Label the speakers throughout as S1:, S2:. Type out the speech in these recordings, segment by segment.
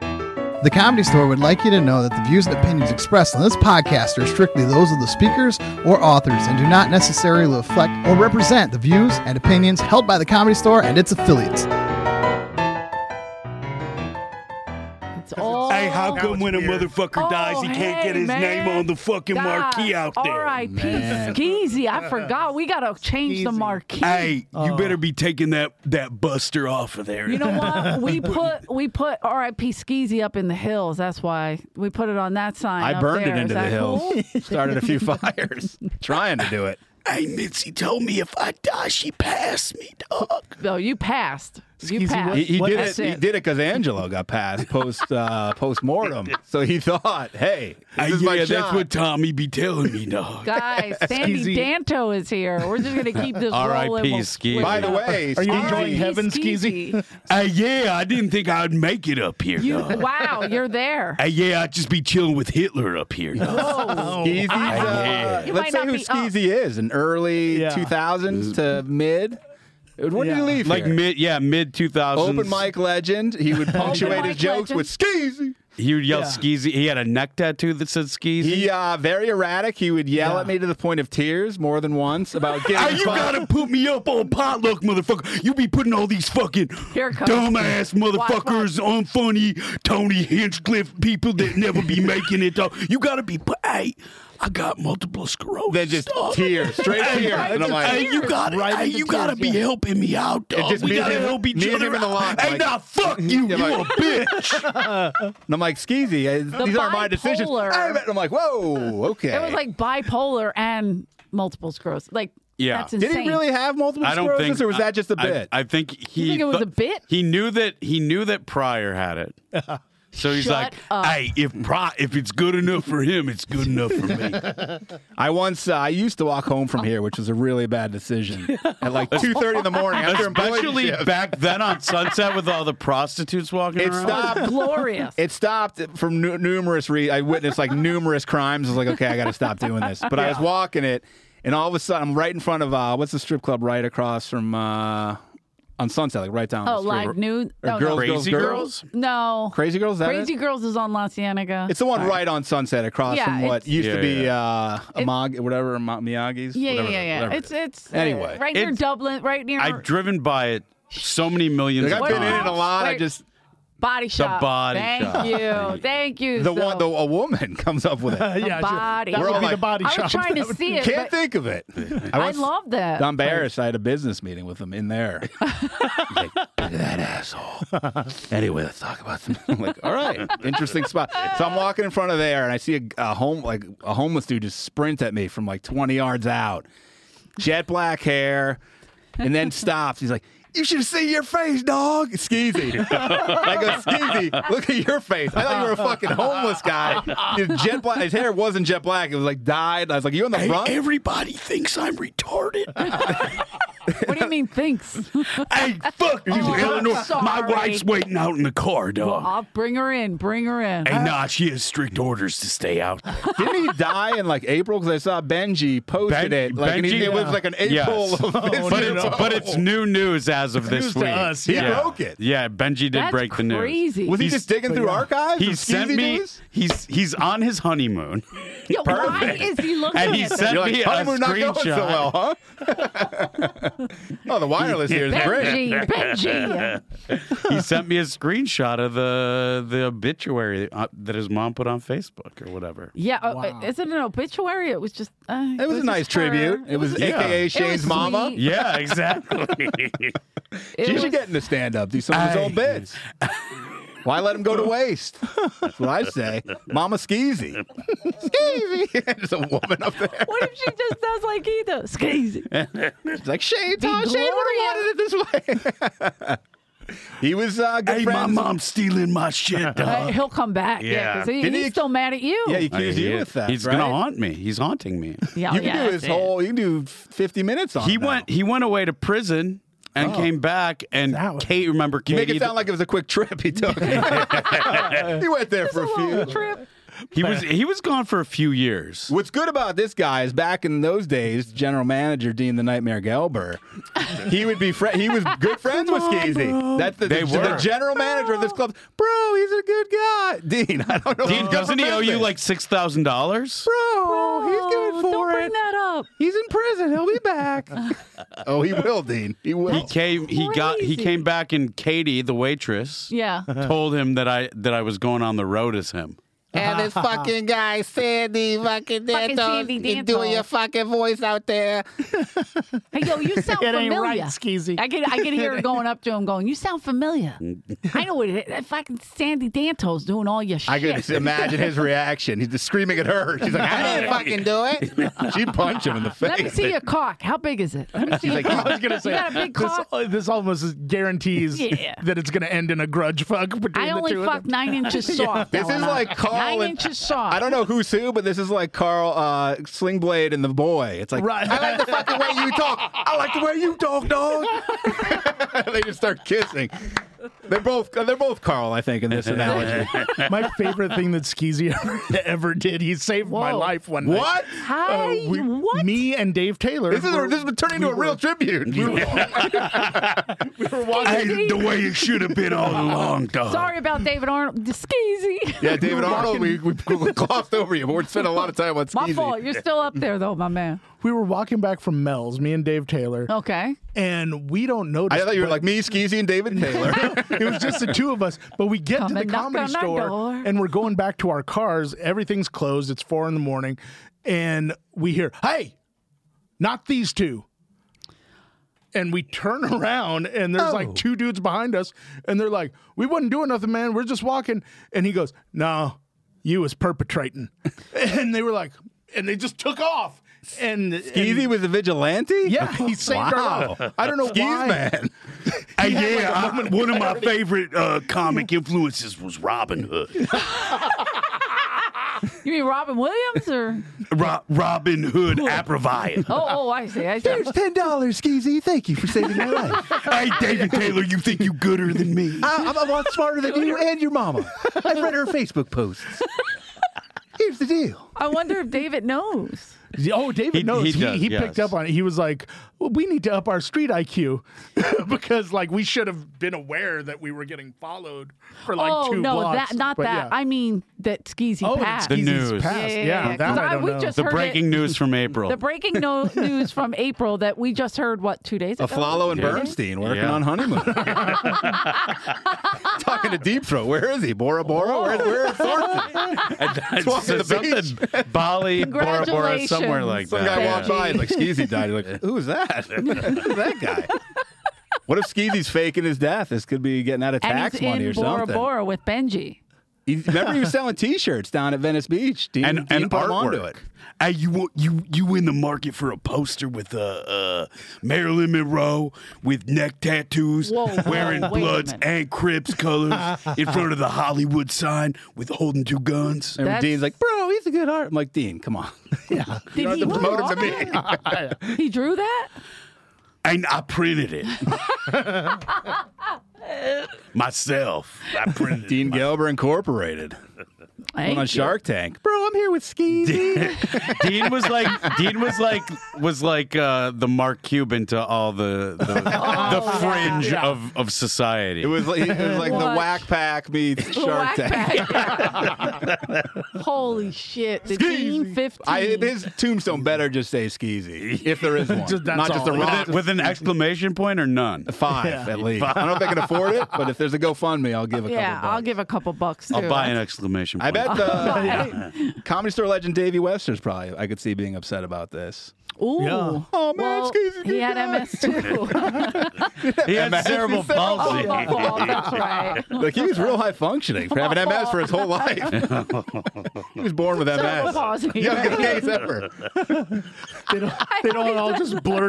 S1: The Comedy Store would like you to know that the views and opinions expressed on this podcast are strictly those of the speakers or authors and do not necessarily reflect or represent the views and opinions held by The Comedy Store and its affiliates.
S2: It's all.
S3: Hey, how
S4: That
S3: come
S4: was
S3: when a
S4: weird.
S3: motherfucker
S2: Oh,
S3: dies, he can't
S2: hey,
S3: get his
S2: man.
S3: name on the fucking
S2: God.
S3: marquee out there?
S2: All right, Pete
S1: Man.
S2: Skeezy. I forgot. We got to change the
S1: Skeezy.
S2: marquee.
S3: Hey, you
S4: Oh.
S3: better be taking that that buster off of there.
S2: You know what? We put we put RIP Skeezy up in the hills. That's why we put it on that sign.
S4: I
S2: up
S4: burned
S2: there.
S4: it
S2: Is
S4: into the
S2: that
S4: hill.
S2: cool?
S4: Started a few fires trying to do it.
S3: Hey, Mitzi told me if I die, she passed me, dog.
S2: No, you passed. You
S1: Skeezy,
S2: passed.
S4: He, he did it.
S2: That's
S4: He did it because Angelo got passed post uh, post mortem. So he thought, hey, this
S3: Hey,
S4: is
S3: yeah,
S4: my
S3: that's
S4: shot.
S3: what Tommy be telling me, dog.
S2: Guys, Sandy
S1: Skeezy.
S2: Danto is here. We're just gonna keep this
S4: R.I.P.
S2: rolling. We'll
S4: Skeezy.
S2: switch
S4: By the
S2: up.
S4: way,
S1: Are you
S4: Skeezy-
S1: enjoying
S2: R.I.P.
S1: heaven,
S2: Skeezy?
S3: hey, yeah, I didn't think I'd make it up here,
S2: You,
S3: dog.
S2: wow, you're there.
S3: Hey, yeah, I'd just be chilling with Hitler up here, dog.
S4: Skeezy's,
S2: I-
S4: uh,
S2: You might
S4: let's say
S2: not
S4: who
S2: be up.
S4: Skeezy is in early
S1: Yeah.
S4: 2000s to mid. When did
S1: Yeah.
S4: he leave?
S3: like
S4: here?
S3: mid, yeah, mid two thousands.
S4: Open mic legend. He would punctuate
S2: mic
S4: his jokes
S2: legend.
S4: with Skeezy.
S3: He would yell skeezy. He had a neck tattoo that said skeezy.
S4: He uh, very erratic. He would yell at me to the point of tears more than once about
S3: Hey,
S4: getting.
S3: you
S4: fucked.
S3: gotta put me up on potluck, motherfucker. You be putting all these fucking
S2: Here it comes.
S3: dumbass motherfuckers, unfunny Tony Hinchcliffe people that never be making it. Dog. You gotta be. pu- Hey, I got multiple sclerosis.
S4: then just
S3: dog.
S4: tears, straight tears, and I'm like,
S3: Hey, you got to
S1: Right
S3: Hey,
S1: into
S3: you got to
S1: tears,
S3: be
S1: yeah.
S3: helping me out, dog.
S4: just
S3: we
S4: me and
S3: got to
S4: him-
S3: help each
S4: me and
S3: other
S4: him in the
S3: out.
S4: line,
S3: Hey,
S4: like-
S3: now fuck you,
S4: Yeah,
S3: you a
S4: like-
S3: bitch.
S4: and I'm like, Skeezy, eh, these aren't my decisions.
S2: bipolar.
S4: I bet- I'm like, whoa, okay.
S2: It was like bipolar and multiple sclerosis. Like,
S3: Yeah.
S2: that's
S3: Did
S4: did
S2: insane.
S4: he really have multiple
S3: I don't
S4: sclerosis,
S3: think,
S4: or was that just a
S3: I-
S4: bit?
S3: I, think he
S2: think it was
S3: thou-
S2: a bit?
S3: He knew that he knew that Pryor had it. So he's
S2: Shut
S3: like,
S2: up.
S3: "Hey, if Pri- if it's good enough for him, it's good enough for me."
S4: I once uh, I used to walk home from here, which was a really bad decision, at like two thirty in the morning after employee
S3: Especially
S4: shift.
S3: back then on Sunset with all the prostitutes walking
S4: It
S3: around.
S4: stopped.
S2: glorious?
S4: It stopped from nu- numerous. Re- I witnessed like numerous crimes. I was like, okay, I got to stop doing this. But I was walking it, and all of a sudden, I'm right in front of uh, what's the strip club right across from uh, on Sunset, like right down.
S2: oh,
S4: the street.
S2: like nude. No,
S4: Or girls,
S2: no.
S3: Crazy
S4: girls,
S3: Girls?
S2: No.
S4: Crazy girls. Is that
S2: Crazy
S4: it?
S2: Girls is on La Cienega.
S4: It's the one right on Sunset, across
S2: Yeah,
S4: from what
S2: it's-
S4: used
S3: Yeah,
S4: to be uh, Amag, whatever Ama- Miyagi's.
S2: yeah,
S4: whatever,
S2: yeah, yeah, yeah.
S4: whatever
S2: It's it's uh,
S4: Anyway,
S2: right near
S3: it's-
S2: Dublin, right near
S3: I've driven by it so many millions
S4: Like, I've
S3: of
S4: been in
S3: times.
S4: it a lot. I
S2: Wait.
S4: just
S2: Body Shop.
S3: Body
S2: Thank
S3: Shop.
S2: you, thank you.
S4: the
S2: so-
S4: one, the, a woman comes up with it.
S2: The
S1: yeah,
S2: body.
S1: That
S4: We're
S1: would
S4: all
S1: be the
S4: like-
S1: body
S2: I
S1: shop.
S2: was trying to see it. but
S4: Can't think of it. I,
S2: I
S4: once-
S2: love that.
S4: I'm embarrassed. I had a business meeting with him in there. He's like, "Look at that asshole. anyway, let's talk about some. I'm like, all right, interesting spot. So I'm walking in front of there, and I see a, a home like a homeless dude just sprint at me from like 20 yards out. Jet black hair, and then stops. He's like. You should see your face, dog. Skeezy. I go, Skeezy, look at your face. I thought you were a fucking homeless guy. His, jet black, his hair wasn't jet black. It was like dyed. I was like, you in the
S3: Hey,
S4: front?
S3: everybody thinks I'm retarded.
S2: What do you mean thinks?
S3: hey, fuck you,
S2: Oh, I'm
S3: Eleanor. My
S2: sorry. Oh,
S3: wife's waiting out in the car, dog.
S2: I'll bring her in. Bring her in.
S3: hey, nah, she has strict orders to stay out. there.
S4: Didn't he die in like April? Because I saw Benji posted
S3: Ben-
S4: it. Like, and he,
S3: Benji- uh,
S4: it was like an
S3: Yes. Oh,
S4: April. Of this
S3: but
S4: year.
S3: it's but it's new news as of this
S1: news to
S3: week.
S1: us, He
S4: yeah. broke it.
S3: Yeah, Benji did
S2: That's
S3: break the news.
S2: crazy.
S4: was he
S3: he's-
S4: just digging
S1: but
S4: through
S1: yeah.
S4: archives?
S3: He
S4: of
S3: sent
S4: Skeezy
S3: me.
S4: news?
S3: He's he's on his honeymoon,
S2: Yo, why
S4: Perfect.
S2: is he looking
S3: and he
S2: at that?
S3: sent
S4: You're
S3: me
S4: like,
S3: a
S4: honeymoon not going
S3: screenshot.
S4: so well, huh? oh, the wireless here is great.
S2: Benji, Benji.
S3: he sent me a screenshot of the the obituary uh, that his mom put on Facebook or whatever.
S2: Yeah, uh, uh, is it an obituary? It was just. Uh,
S4: It was a nice
S2: just her.
S4: tribute. It was
S3: Yeah. It
S4: AKA
S3: was
S4: Shane's mama.
S2: sweet.
S3: Yeah, exactly.
S2: It
S4: She
S2: was-
S4: should get into stand up, do some of his
S3: Aye.
S4: old bits. Why let him go to waste? That's what I say. Mama Skeezy. Skeezy. There's a woman up there.
S2: What if she just does like he does? Skeezy.
S4: It's like Shane, Tom, Shane would have wanted it this way. he was uh, good
S3: hey, my
S4: friends.
S3: mom's stealing my shit.
S2: Uh,
S3: Dog.
S2: he'll come back. Yeah,
S3: Yeah.
S2: 'cause he,
S4: Didn't
S2: he's
S4: he-
S2: still mad at you.
S4: Yeah, he accused you with that.
S3: He's
S4: right?
S3: gonna haunt me. He's haunting me.
S2: yeah,
S4: You can
S2: yeah,
S4: do his
S2: that's it.
S4: whole. You can do fifty minutes on.
S3: He
S4: it now.
S3: went. He went away to prison and
S5: Oh.
S3: came back. And
S1: That was-
S3: Kate, remember
S4: You
S3: Katie?
S4: make it sound like it was a quick trip he took. he went there
S2: It's
S4: for
S2: a
S4: a
S2: little
S4: few.
S2: trip.
S5: He was he was gone for a few years.
S4: What's good about this guy is back in those days, general manager Dean the Nightmare Gelber, he would be fri he was good friends with Skeezy. That's the,
S5: They
S4: the, the
S5: were.
S4: general manager of this club. Bro, he's a good guy. Dean, I don't know.
S5: Dean,
S4: if you
S5: doesn't he owe you
S4: remember.
S5: like six thousand dollars?
S4: Bro, he's
S2: Oh,
S4: good for
S2: don't
S4: it.
S2: bring that up.
S4: He's in prison. He'll be back. oh, he will, Dean. He will.
S5: He came. He got. He
S2: Crazy.
S5: came back, and Katie, the waitress,
S2: Yeah.
S5: told him that I that I was going on the road as him.
S6: And this fucking guy, Sandy, fucking Dantos,
S2: Sandy
S6: he's doing
S2: Dantos.
S6: your fucking voice out there.
S2: Hey, yo, you sound
S3: It ain't
S2: familiar.
S3: right, Skeezy.
S2: I could, I could hear her going up to him, going, "You sound familiar." I know what it is. Fucking Sandy Dantos doing all your shit.
S4: I could just imagine his reaction. He's just screaming at her. She's like,
S6: I
S4: I
S6: didn't fucking do it.
S4: didn't. She'd punch him in the face.
S2: Let me see your cock. How big is it? Let me see. your
S4: like,
S2: cock.
S4: I
S3: was gonna say
S2: you got a big
S3: this, uh,
S2: cock.
S3: this almost guarantees
S2: Yeah.
S3: that it's gonna end in a grudge fuck between
S2: I
S3: the
S2: only
S3: two of
S2: fuck
S3: them.
S2: nine inches soft.
S4: This is
S2: Elena.
S4: like Carl
S2: nine
S4: and-
S2: inches soft.
S4: I don't know who's who, but this is like Carl uh, Slingblade and the boy. It's like
S3: Right.
S4: I like the fucking way you talk. I like the way you talk, dog. they just start kissing. They're both uh, they're both Carl, I think, in this analogy.
S3: My favorite thing that Skeezy ever, ever did, he saved my
S2: Whoa.
S3: life one night.
S4: what?
S3: Uh,
S2: Hi,
S3: we-
S2: what?
S3: Me and Dave Taylor.
S4: This is
S3: were-
S4: this is turning into a real tribute.
S5: I did the way it should have been all along, dog.
S2: Sorry about David Arnold. Skeezy.
S4: yeah, David Arnold, we, we glossed over you, but we're spending a lot of time on
S2: My
S4: Skeezy.
S2: fault. You're still up there though, my man.
S3: we were walking back from Mel's, me and Dave Taylor,
S2: Okay.
S3: and we don't
S4: Oh. I
S3: notice.
S4: thought you were
S3: but-
S4: like me, Skeezy, and David Taylor.
S3: it was just the two of us. But we get
S2: Come
S3: to the
S2: and knock
S3: comedy
S2: on our
S3: store
S2: door.
S3: and we're going back to our cars. Everything's closed. It's four in the morning. And we hear, hey, not these two. And we turn around and there's
S5: Oh.
S3: like two dudes behind us. And they're like, we wasn't doing nothing, man. We're just walking. And he goes, no, you was perpetrating. and they were like, and they just took off. And and-
S4: Skeezy was a vigilante?
S3: yeah, he saved our
S4: Wow.
S3: life. I don't know
S4: Skeez
S3: why.
S4: man.
S5: Hey, yeah, I- one of my favorite uh, comic influences was Robin Hood.
S2: You mean Robin Williams or?
S5: Ro- Robin Hood Approviate.
S2: Oh, oh, I see. I see.
S4: ten dollars, Skeezy. Thank you for saving my life.
S5: hey, David Taylor, you think you gooder than me?
S4: I, I'm a lot smarter than you and your mama. I've read her Facebook posts. Here's the deal.
S2: I wonder if David knows.
S3: Oh, David
S5: He-
S3: knows.
S5: he
S3: He,
S5: does,
S3: he
S5: yes.
S3: picked up on it. He was like, well, "We need to up our street IQ because like we should have been aware that we were getting followed for like
S2: oh
S3: two
S2: no,
S3: blocks."
S2: that not
S3: But
S2: that.
S3: yeah.
S2: I mean that Skeezy
S3: oh,
S2: passed.
S3: the
S5: The news.
S3: news. Passed.
S2: Yeah,
S3: Yeah,
S2: yeah, yeah.
S3: that
S2: 'Cause
S3: I,
S2: I-
S3: don't
S2: we
S3: know.
S2: just-
S5: The
S2: heard
S5: breaking news from April.
S2: The breaking no- news from April that we just heard what two days ago.
S4: Aflalo and Bernstein working
S5: Yeah.
S4: on honeymoon. Talking to Deep Throat. Where is he? Bora Bora? Where, where is Thornton?
S5: It's
S4: walking the
S5: something Bali, Bora Bora, somewhere like
S4: Some guy
S5: that.
S4: walked by and like Skeezy died. He's like, who's that? who's that guy? What if Skeezy's faking his death? This could be getting out of
S2: and
S4: tax
S2: he's
S4: money
S2: in
S4: or
S2: Bora
S4: something.
S2: Bora with Benji.
S4: He- remember he was selling T-shirts down at Venice Beach. Dean,
S5: and
S4: Dean
S5: and
S4: put him
S5: artwork.
S4: onto it.
S5: Hey, you want you you in the market for a poster with uh, uh Marilyn Monroe with neck tattoos,
S2: Whoa, whoa,
S5: wearing
S2: wait a
S5: Bloods
S2: minute.
S5: and Crips colors in front of the Hollywood sign with holding two guns.
S4: And
S2: That's-
S4: Dean's like, bro, he's a good art. I'm like, Dean, come on.
S2: Did
S4: You
S2: he
S4: don't have to promote
S2: draw
S4: it to me.
S2: that? He drew that.
S5: And I printed it myself. I printed it.
S4: Dean Gelber Incorporated. Went
S2: Thank
S4: on
S2: you.
S4: Shark Tank. Bro, I'm here with Skeezy.
S5: Dean was like Dean was like was like uh, the Mark Cuban to all the the,
S2: Oh,
S5: the fringe of, of society.
S4: it was like, it was like the
S2: What?
S4: Whack Pack meets Shark
S2: Whack
S4: Tank.
S2: pack. Holy shit! The Dean fifteen.
S4: I, his tombstone better just say Skeezy, if there is one.
S3: Just- that's
S4: Not just a
S3: all.
S4: rock.
S5: with, a- with an exclamation point or none.
S4: Five, at least. I don't know if they can afford it, but if there's a GoFundMe, I'll give a
S2: yeah,
S4: couple
S2: I'll
S4: bucks.
S2: give a couple bucks.
S5: I'll
S2: too.
S5: buy an exclamation point.
S4: I bet the comedy store legend Davey Webster's probably, I could see being upset about this.
S2: Ooh.
S3: Yeah.
S4: Oh, man,
S2: well,
S4: Skeezy
S2: he
S4: did
S2: had
S4: that.
S2: MS too.
S5: he had cerebral
S2: Oh,
S5: palsy.
S2: my fault. That's right.
S4: Like, he was real high functioning for having MS for his whole life. he was born with MS.
S2: Cerebral palsy,
S4: Youngest
S2: right?
S4: case ever.
S3: they don't, they don't all just blur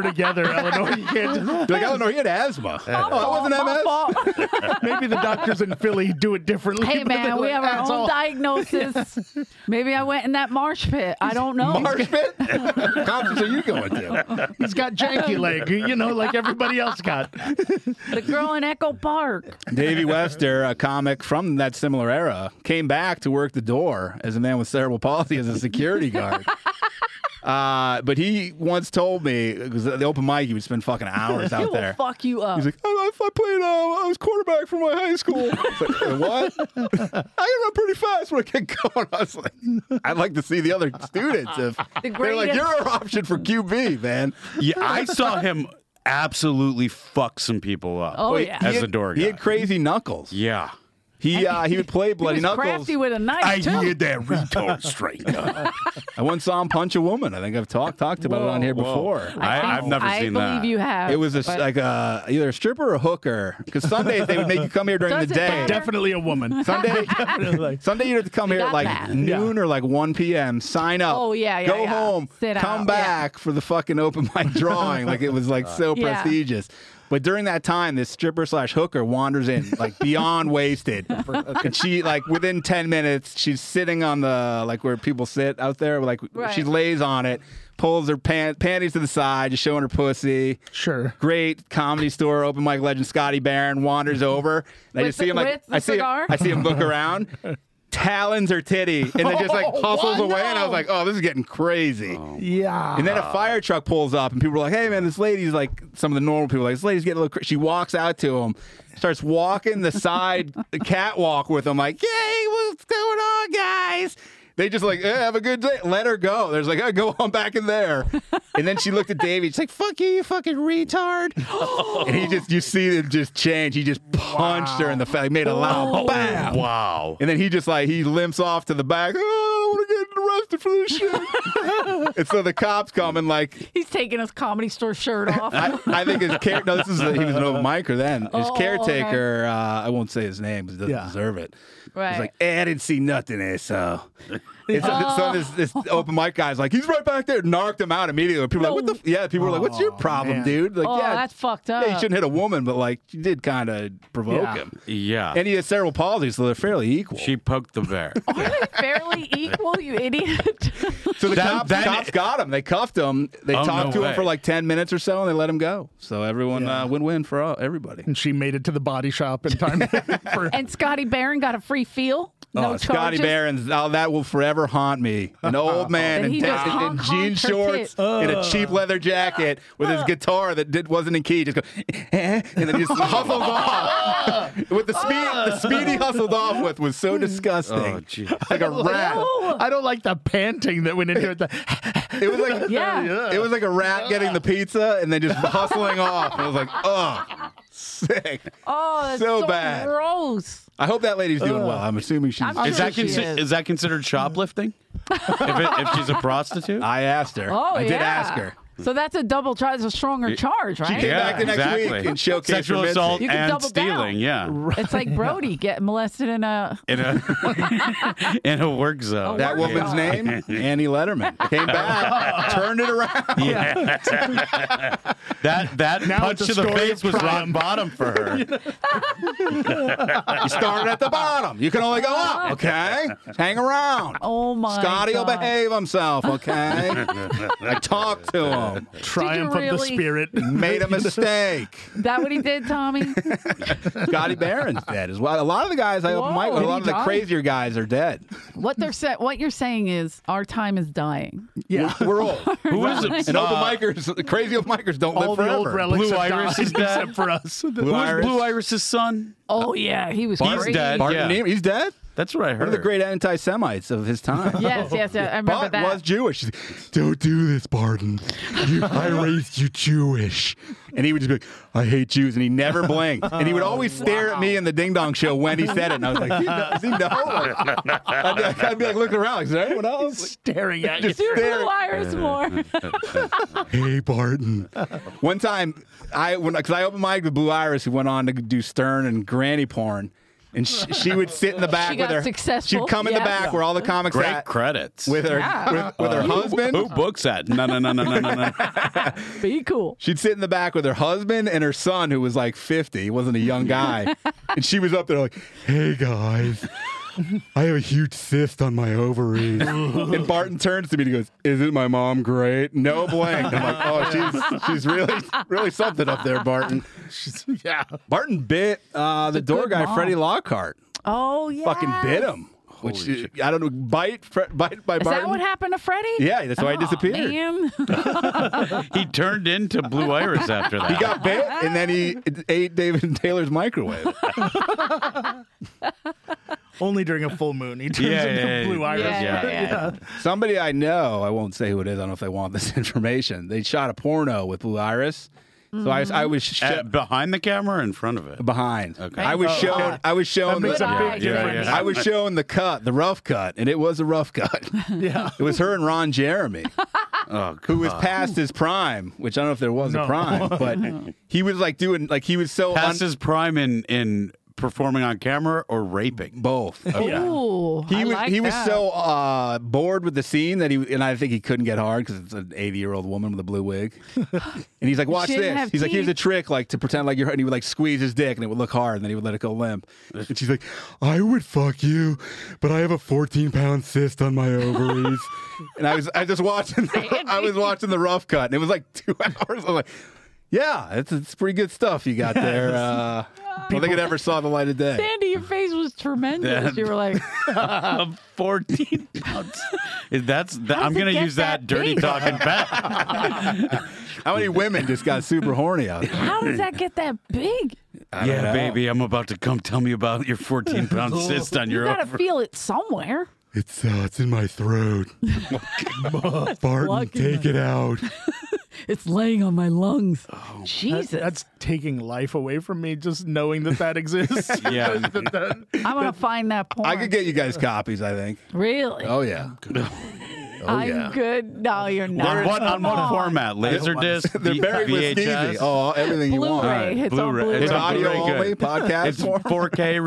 S3: together. Eleanor, you can't just,
S4: They're like, oh no, he had asthma. oh, that wasn't
S2: My
S4: MS.
S2: fault.
S3: maybe the doctors in Philly do it differently.
S2: Hey
S3: but they're
S2: man, we
S3: like,
S2: have our
S3: "That's
S2: own
S3: all."
S2: diagnosis. Maybe I went in that marsh pit. I don't know.
S4: Marsh pit. Cops, so you you going to?
S3: He's got janky leg, you know, like everybody else got.
S2: The girl in Echo Park.
S4: Davey Webster, a comic from that similar era, came back to work the door as a man with cerebral palsy as a security guard. Uh, but he once told me because the open mic he would spend fucking hours
S2: He
S4: out
S2: will
S4: there.
S2: fuck you up.
S4: He's like, I, I played. Uh, I was quarterback for my high school. It's like, "Uh, what? I can run pretty fast when I get going. I was like, I'd like to see the other students. If they're like,
S2: greatest- Oh,
S4: you're our option for QB, man.
S7: Yeah, I saw him absolutely fuck some people up.
S2: oh
S4: Well,
S2: yeah.
S4: he
S7: As
S4: had-
S7: a door
S4: he
S7: guy.
S4: had crazy knuckles.
S7: yeah.
S4: He uh, he would play
S2: he
S4: bloody
S2: was
S4: knuckles.
S2: crafty with a knife
S7: I
S2: too.
S7: hear that retard straight up.
S4: I once saw him punch a woman. I think I've talked talked about it on here
S7: Whoa.
S4: before.
S7: I-
S2: think-
S7: I've never
S2: I
S7: seen
S2: believe
S7: that.
S2: you have.
S4: It was a,
S2: but
S4: like a either a stripper or a hooker because Sundays they would make you come here during
S2: Does
S4: the
S2: it
S4: day.
S2: matter?
S3: Definitely a woman.
S4: Sunday,
S3: Like,
S4: Sunday you'd have to come here at
S2: got
S4: like
S2: that.
S4: noon or like 1 p.m. Sign up.
S2: Oh, yeah, yeah,
S4: Go
S2: yeah.
S4: home.
S2: Sit
S4: come
S2: out,
S4: back for the fucking open mic drawing. like it was like so
S2: Yeah.
S4: prestigious. But during that time, this stripper slash hooker wanders in like beyond wasted, and she like within ten minutes she's sitting on the like where people sit out there. Like
S2: Right.
S4: she lays on it, pulls her pant- panties to the side, just showing her pussy
S3: sure.
S4: great comedy store open mic legend Scotty Barron wanders over. And I
S2: With
S4: just see him
S2: the-
S4: like
S2: with the
S4: I see him,
S2: cigar?
S4: I see him look around, talons her titty, and then just like
S2: Oh,
S4: hustles away. And I was like, oh, this is getting crazy.
S3: Yeah.
S4: And then a fire truck pulls up, and people are like, "Hey, man, this lady's like some of the normal people. Like, this lady's getting a little." Cr-. She walks out to him, starts walking the side the catwalk with him, like, "Yay, what's going on, guys?" They just like, eh, "Have a good day." Let her go. There's like, oh, "Go on back in there," and then she looked at Davey. She's like, "Fuck you, you fucking retard!" and he just, you see it just change. He just punched her in the face, made a loud bam.
S7: Wow.
S4: And then he just like he limps off to the back. Oh, I don't want to get arrested for this shit. and so the cops come and like
S2: he's taking his comedy store shirt off.
S4: I, I think his care. No, this is he was an open micer then. His
S2: Oh,
S4: caretaker. Uh, I won't say his name because he doesn't
S3: Yeah.
S4: deserve it.
S2: right.
S4: He's like, eh, I didn't see nothing there, so. And so,
S2: Oh.
S4: so this, this open mic guy's like, he's right back there, knocked him out immediately. People are like, what the? F-? Yeah, people were like, what's your
S3: Oh,
S4: problem,
S3: man.
S4: dude? Like,
S2: oh,
S4: yeah,
S2: that's fucked up.
S4: yeah, you shouldn't hit a woman, but like, you did kind of provoke
S3: Yeah.
S4: him.
S7: Yeah.
S4: And he has cerebral palsy, so they're fairly equal.
S7: she poked the bear.
S2: Are they fairly equal, you idiot?
S4: So the
S7: That-
S4: cops,
S7: that-
S4: cops got him. They cuffed him. They
S7: Oh,
S4: talked
S7: no
S4: to him for
S7: way.
S4: like ten minutes or so, and they let him go. So everyone
S3: Yeah.
S4: uh, win-win for all, everybody.
S3: And she made it to the body shop in time for
S2: and Scotty Barron got a free feel. No
S4: oh,
S2: charges.
S4: Scotty Barron's. Oh, that will forever haunt me. An old man
S2: That
S4: in,
S2: he
S4: te-
S2: just
S4: in- in
S2: honk,
S4: jean
S2: honked her Ah.
S4: shorts in a cheap leather jacket with his guitar that did, wasn't in key. Just go, eh, and then just hustles off with the speed. the speed he hustled off with was
S2: Hmm.
S4: so disgusting.
S7: gee.
S4: like a rat.
S3: I don't like the panting that went into it. The-
S4: It was like
S2: Yeah.
S3: Yeah.
S4: It was like a rat getting the pizza and then just hustling off. I was like, oh, sick.
S2: Oh, that's
S4: So
S2: so,
S4: bad.
S2: gross.
S4: I hope that lady's doing well. I'm assuming she's.
S2: I'm
S7: Is
S2: sure
S7: that
S2: she
S7: consi-
S2: is.
S7: is. that considered shoplifting? if, it, if she's a prostitute?
S4: I asked her.
S2: Oh,
S4: I
S2: yeah.
S4: did ask her.
S2: So that's a double charge, a stronger charge, right?
S4: Came back the next week and showcased
S7: Sexual
S4: her mitts.
S7: assault
S2: You can
S7: and
S2: double down.
S7: stealing, yeah.
S2: It's like Brody get molested in a.
S7: In a, in a work
S2: Oh
S7: zone.
S4: That woman's name, Annie Letterman, came back, turned it around.
S7: Yeah. that that
S3: Now
S7: punch
S3: it's
S7: to
S3: a
S7: the
S3: story
S7: face
S3: of
S7: was rock
S3: triumph.
S7: bottom for her.
S4: You started at the bottom. You can only go up. Okay, hang around.
S2: Oh my.
S4: Scotty will
S2: God.
S4: behave himself. Okay, I talked to him.
S3: triumph of the
S2: really-
S3: spirit.
S4: Made a mistake.
S2: That what he did, Tommy?
S4: Scotty Barron's dead as well. A lot of the guys I open
S2: Whoa.
S4: mic with,
S2: Did
S4: a lot
S2: he
S4: of the
S2: die?
S4: crazier guys are dead.
S2: what they're sa- what you're saying is our time is dying.
S3: Yeah.
S4: We're old.
S7: Who is it?
S4: And open
S7: Uh,
S4: micers, crazy open micers don't
S3: All
S4: live
S3: the
S4: forever.
S3: old relics
S7: Blue
S3: have
S7: Iris
S3: died
S7: is dead.
S3: except for us.
S4: Blue
S7: Who is
S4: Iris.
S7: Blue Iris' son?
S2: Oh yeah, he was.
S7: He's
S2: crazy.
S7: dead.
S4: Barton
S7: Yeah.
S4: Eames, he's dead.
S7: That's what I heard.
S4: One of the great anti-Semites of his time.
S2: Yes, yes, yes. I remember
S4: But
S2: that.
S4: was Jewish. She's like, Don't do this, Barton. You, I raised you Jewish. And he would just be like, I hate Jews. And he never blinked. And he would always stare at me in the Ding Dong show when he said it. And I was like, "He kno- Does he know? I'd, be like, I'd be like looking around. Like, Is there anyone else?
S3: Staring at you.
S2: You're
S4: There-
S2: blue iris more.
S4: hey Barton. One time, I when because I opened mic with Blue Iris, who went on to do Stern and Granny porn, and she, she would sit in the back
S2: She
S4: with
S2: got
S4: her.
S2: successful,
S4: She'd come in the
S2: yeah.
S4: back where all the comics
S7: great
S4: at,
S7: credits.
S4: with her
S2: Yeah.
S4: with, with her
S7: Uh, who-
S4: husband.
S7: Who books that? No, no, no, no, no, no, no.
S2: Be cool.
S4: She'd sit in the back with her husband and her son, who was like 50. He wasn't a young guy. and she was up there like, hey guys, I have a huge cyst on my ovary. and Barton turns to me and he goes, Isn't my mom great? No blank. I'm like, Oh, she's she's really really something up there, Barton.
S3: yeah.
S4: Barton bit uh, the door
S2: good
S4: guy,
S2: mom.
S4: Freddie Lockhart.
S2: Oh yeah.
S4: Fucking bit him. Which I don't know, bite Fre- bite by
S2: Is
S4: Barton.
S2: that what happened to Freddie? Oh,
S4: Yeah, that's why he disappeared.
S2: Man.
S5: He turned into Blue Iris after that.
S4: He got bit and then he ate David Taylor's microwave.
S3: Only during a full moon. He turns
S5: Yeah,
S3: into
S5: yeah, yeah.
S3: blue iris.
S2: Yeah, yeah, yeah.
S4: Somebody I know, I won't say who it is. I don't know if they want this information. They shot a porno with Blue Iris, so I was I was sh-
S5: At- behind the camera, or in front of it.
S4: behind. Okay. I was
S2: Oh,
S4: shown
S2: okay.
S4: I was shown
S3: makes
S4: the,
S3: a
S2: big Yeah, yeah,
S5: difference. yeah.
S4: I was shown the cut, the rough cut, and it was a rough cut.
S3: Yeah.
S4: It was her and Ron Jeremy,
S5: Oh, God.
S4: who was past his prime, which I don't know if there was a
S3: No.
S4: prime, but he was like doing like he was so
S5: past
S4: un-
S5: his prime in in performing on camera or raping? Oh,
S4: both.
S2: Ooh,
S4: He
S2: I
S4: was
S2: like
S4: he was
S2: that.
S4: so uh, bored with the scene that he and I think he couldn't get hard because it's an eighty year old woman with a blue wig, and he's like, "Watch
S2: didn't
S4: this." He's
S2: have
S4: like, "Here's a
S2: teeth.
S4: trick, like to pretend like you're," and he would like squeeze his dick and it would look hard, and then he would let it go limp. And she's like, "I would fuck you, but I have a fourteen pound cyst on my ovaries," and I was I just watching the, I was watching the rough cut, and it was like two hours. I'm like. Yeah, it's, it's pretty good stuff you got there. Uh, I don't think it ever saw the light of day.
S2: Sandy, your face was tremendous. You were like,
S5: Uh, Fourteen pounds. That's that,
S2: How
S5: I'm
S2: does it
S5: gonna
S2: get
S5: use that,
S2: that
S5: dirty
S2: big?
S5: talking back.
S4: How many women just got super horny out there?
S2: how does that get that big?
S5: yeah, baby, I'm about to come. Tell me about your 14 pound cyst on
S2: You
S5: your
S2: gotta
S5: over-
S2: feel it somewhere.
S4: It's uh, it's in my throat. Barton,
S2: Blocking take
S4: it out.
S2: It's laying on my lungs.
S4: Oh,
S2: Jesus,
S3: That's taking life away from me just knowing that that exists.
S5: Yeah.
S3: That- that-
S2: I'm gonna find that porn.
S4: I could get you guys copies. I think.
S2: really.
S4: Oh yeah. Oh
S2: I'm
S4: yeah.
S2: good. No, you're not.
S5: on what on
S2: Come
S5: what
S2: on.
S5: format? Laserdisc,
S4: They're buried
S5: VHS.
S4: with Sneezy. Oh, everything you
S2: Blu-ray.
S4: want.
S2: It's on
S5: Blu-ray.
S2: Blu-ray.
S4: It's
S5: It's on
S4: audio
S5: Blu-ray, good.
S4: only podcast
S5: It's
S4: form.
S5: 4K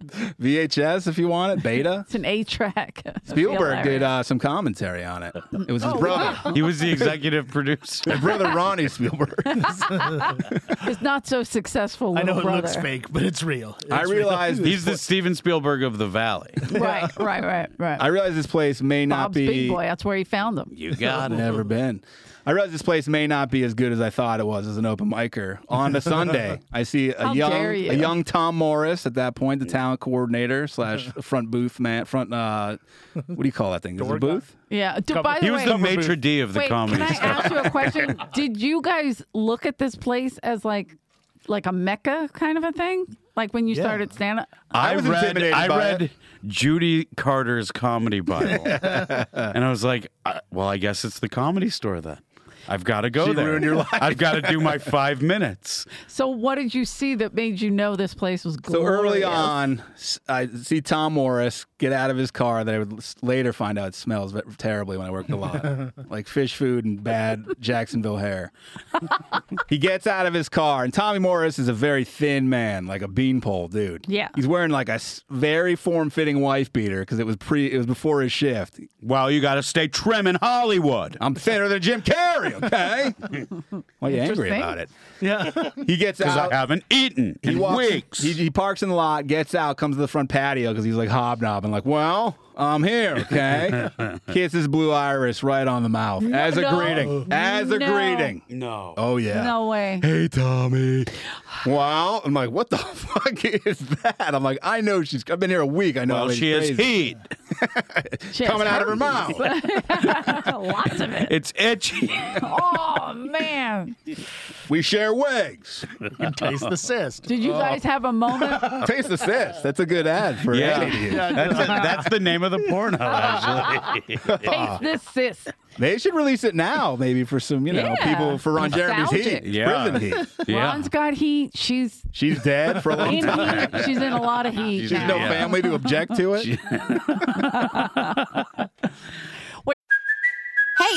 S5: remastered.
S4: VHS if you want it. Beta.
S2: It's an A track.
S4: Spielberg did uh, some commentary on it. It
S5: Oh,
S4: was his brother.
S5: He was the executive producer.
S4: His brother Ronnie Spielberg.
S2: It's not so successful.
S3: I know
S2: little
S3: it
S2: brother.
S3: looks fake, but it's real.
S4: I realized
S5: He's the Steven Spielberg of the Valley.
S2: Right, right, right, right.
S4: I realize this place may not
S2: Bob's
S4: be
S2: Big Boy. That's where he found them.
S5: You got it.
S4: Never been. I realize this place may not be as good as I thought it was as an open micer. On a Sunday, I see a
S2: How
S4: young
S2: dare you.
S4: a young Tom Morris at that point, the talent coordinator slash front booth man, front uh, what do you call that thing? Is it a booth?
S2: Yeah. D- by the
S5: He was
S2: way,
S5: the maitre d' of the
S2: wait,
S5: comedy.
S2: can I
S5: store.
S2: ask you a question? Did you guys look at this place as like, like a mecca kind of a thing? Like when you started stand up?
S5: I,
S4: I was
S5: read,
S4: intimidated
S5: I
S4: by
S5: read
S4: it.
S5: Judy Carter's comedy Bible, and I was like, I- "Well, I guess it's the comedy store then. I've got to go
S4: She
S5: there.
S4: ruined your life.
S5: I've got to do my five minutes.
S2: So what did you see that made you know this place was
S4: So
S2: glorious?
S4: early on, s- I see Tom Morris get out of his car that I would s- later find out smells ve- terribly when I worked a lot, like fish food and bad Jacksonville hair. he gets out of his car, and Tommy Morris is a very thin man, like a beanpole dude.
S2: Yeah.
S4: he's wearing like a s- very form-fitting wife beater because it was pre, it was before his shift.
S5: Well, you got to stay trim in Hollywood.
S4: I'm thinner than Jim Carrey. Okay, why are you angry
S2: Interesting.
S4: about it?
S3: Yeah.
S4: He gets
S5: Because
S4: out.
S5: I haven't eaten in weeks.
S4: He, he parks in the lot, gets out, comes to the front patio because he's like hobnobbing, like, "Well, I'm here, okay." Kisses Blue Iris right on the mouth as a
S2: No.
S4: greeting. As a
S2: No.
S4: greeting.
S5: no.
S4: Oh yeah.
S2: No way.
S4: Hey Tommy. Wow. I'm like, what the fuck is that? I'm like, I know she's. I've been here a week. I know.
S5: Well,
S4: that
S5: she
S4: lady's
S5: is
S4: crazy.
S5: heat.
S2: She has
S4: coming out of her
S2: herpes.
S4: mouth.
S2: Lots of it.
S5: It's itchy.
S2: Oh man!
S4: we share wigs.
S3: You taste the cyst.
S4: Oh.
S2: Did you guys have a moment?
S4: Taste the cyst. That's a good ad for
S5: Yeah,
S4: any of you.
S5: that's, that's the name of the porno. Actually,
S2: Taste this, sis.
S4: They should release it now, maybe for some, you know,
S2: Yeah.
S4: people for Ron Jeremy's heat,
S2: Nostalgic.
S5: Yeah.
S4: prison heat.
S5: yeah.
S2: Ron's got heat. She's
S4: She's dead for a long
S2: in
S4: time.
S2: heat. She's in a lot of heat.
S5: She's
S4: There's no
S2: now.
S5: Yeah.
S4: family to object to it.
S8: Hey,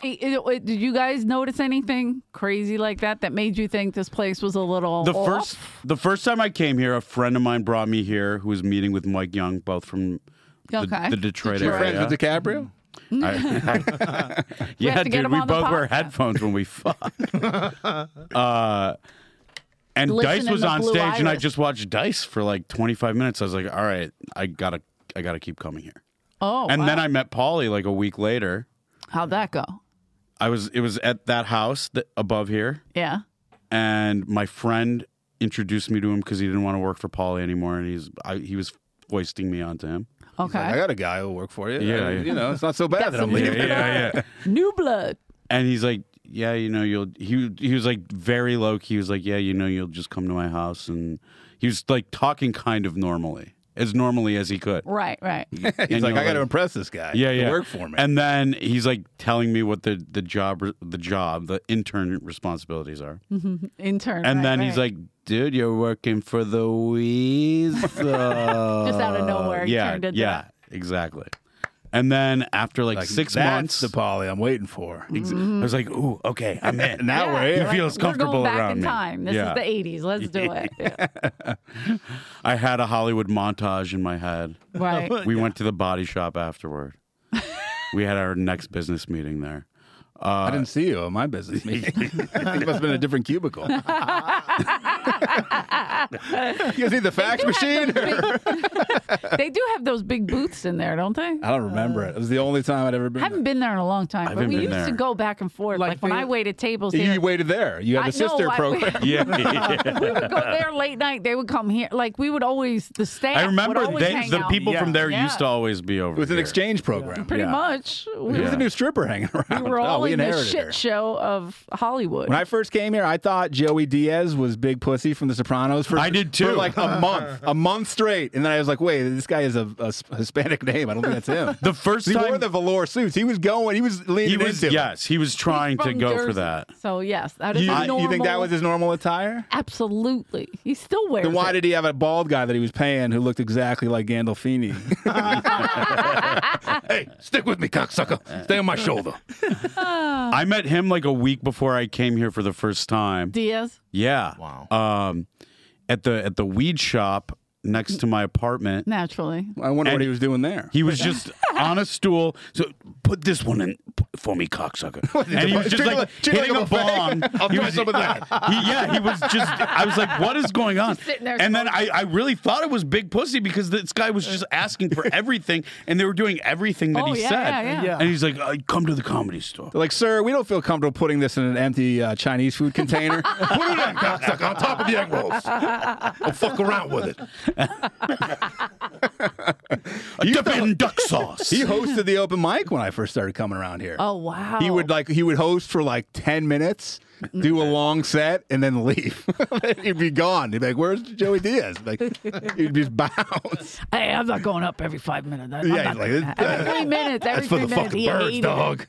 S2: Hey, it- it- Did you guys notice anything crazy like that that made you think this place was a little
S5: The
S2: off?
S5: first the first time I came here, a friend of mine brought me here who was meeting with Mike Young, both from the,
S2: Okay.
S5: the Detroit
S4: You're
S5: area.
S4: friends with DiCaprio?
S5: I-
S2: have
S5: yeah,
S2: to get
S5: dude,
S2: him
S5: we
S2: on the
S5: both wear
S2: podcast.
S5: headphones when we fuck. uh, and
S2: Listen
S5: Dice
S2: in
S5: was
S2: the
S5: on
S2: blue
S5: stage, and I
S2: iris.
S5: just watched Dice for like 25 minutes. I was like, all right, I gotta, I gotta keep coming here.
S2: Oh,
S5: and then
S2: wow.
S5: I met Polly like a week later.
S2: how'd that go?
S5: I was, it was at that house that, above here,
S2: Yeah.
S5: and my friend introduced me to him because he didn't want to work for Polly anymore, and he's, I, he was foisting me onto him.
S2: Okay.
S4: Like, I got a guy who'll work for you.
S5: Yeah,
S4: I mean,
S5: yeah.
S4: You know, it's not so bad that I'm
S5: Yeah,
S4: leaving.
S5: yeah, yeah.
S2: New blood.
S5: and he's like, yeah, you know, you'll. He he was like very low key. He was like, yeah, you know, you'll just come to my house, and he was like talking kind of normally, as normally as he could.
S2: Right. Right.
S4: He's
S5: And
S4: like,
S5: you're
S4: I got to impress this guy.
S5: yeah,
S4: to
S5: yeah.
S4: Work for me.
S5: And then he's like telling me what the the job the job the intern responsibilities are,
S2: Intern.
S5: and
S2: right,
S5: then he's
S2: right.
S5: like, dude, you're working for the Weasel. Just out
S2: of nowhere, he
S5: Yeah,
S2: turned into
S5: yeah, exactly. And then after like,
S4: Like,
S5: six
S4: that's
S5: months,
S4: the Polly I'm waiting for.
S5: ex- I was like, ooh, okay, I'm in.
S4: Now
S2: Mm-hmm. Yeah,
S4: we're here.
S2: you're
S5: He feels comfortable
S2: We're going back
S5: around
S2: in
S5: me.
S2: time. This
S5: Yeah.
S2: is the '80s. Let's do it. Yeah.
S5: I had a Hollywood montage in my head.
S2: Right.
S5: We went to the body shop afterward. we had our next business meeting there. Uh,
S4: I didn't see you in my business meeting. it must have been a different cubicle. you guys need the fax machine?
S2: They do have those big booths in there, don't they?
S4: I don't remember it. It was the only time I'd ever
S2: I
S4: been.
S2: haven't been there in a long time,
S5: I
S2: but
S5: haven't
S2: we
S5: been
S2: used to
S5: there.
S2: go back and forth. Like,
S3: Like
S2: when
S3: they-
S2: I waited tables
S4: there.
S2: here,
S4: You waited there. You had
S2: I
S4: the sister
S2: know, I-
S4: program.
S5: Yeah.
S2: we would go there late night. They would come here. Like we would always the staff.
S5: I
S2: would
S5: remember
S2: always
S5: they,
S2: hang
S5: the
S2: out.
S5: people from there
S2: Yeah.
S5: used to always be over.
S4: It was an
S5: here.
S4: exchange program.
S2: Pretty
S5: yeah.
S2: much, we,
S4: There was a new stripper hanging around.
S2: we were
S4: Oh,
S2: all in the
S4: inherited
S2: shit
S4: her.
S2: show of Hollywood.
S4: When I first came here, I thought Joey Diaz was Big Pussy from The Sopranos. For,
S5: I did
S4: For
S5: too.
S4: like a month, a month straight. And then I was like, wait, this guy is a, a Hispanic name. I don't think that's him.
S5: The first
S4: he wore
S5: time-
S4: the velour suits. He was going. He was leaning
S5: He was
S4: into it.
S5: yes, he was trying to
S2: From
S5: go for
S2: Jersey.
S5: that.
S2: So yes, that is
S4: You,
S2: normal.
S4: you think that was his normal attire?
S2: absolutely. He still wears.
S4: Then why
S2: it.
S4: did he have a bald guy that he was paying who looked exactly like Gandolfini? hey, stick with me, cocksucker. Stay on my shoulder.
S5: I met him like a week before I came here for the first time.
S2: Diaz?
S5: Yeah. Wow. Um, at the at the weed shop next to my apartment.
S2: Naturally.
S4: I wonder what
S5: And-
S4: he was doing there.
S5: He was just on a stool. So put this one in p- for me, cocksucker. And he was just
S4: Jingle-
S5: like
S4: jingle
S5: hitting a
S4: buffet.
S5: bong.
S4: I'll
S5: he
S4: try
S5: was,
S4: some of that.
S5: He, yeah, he was just. I was like, what is going on?
S2: sitting there
S5: And then I, I really thought it was Big Pussy because this guy was just asking for everything, and they were doing everything that
S2: Oh,
S5: he
S2: yeah,
S5: said.
S2: yeah, yeah.
S5: And he's like, uh, come to the comedy store.
S4: They're like, sir, we don't feel comfortable putting this in an empty uh, Chinese food container. Put it in, cocksucker, on top of the egg rolls. I'll fuck around with it.
S5: A dip in duck sauce.
S4: He hosted the open mic when I first started coming around here.
S2: Oh wow. Mm-hmm.
S4: He would like he would host for like ten minutes, do a long set, and then leave. he'd be gone. He'd be like, "Where's Joey Diaz?" Like he'd just bounce.
S2: Hey, I'm not going up every five minutes. I'm not
S4: Yeah, he's like,
S2: doing that.
S4: "That's-
S2: every three minutes. Every
S4: That's for
S2: three
S4: the
S2: minutes.
S4: fucking
S2: He
S4: birds,
S2: hated it.
S4: dog.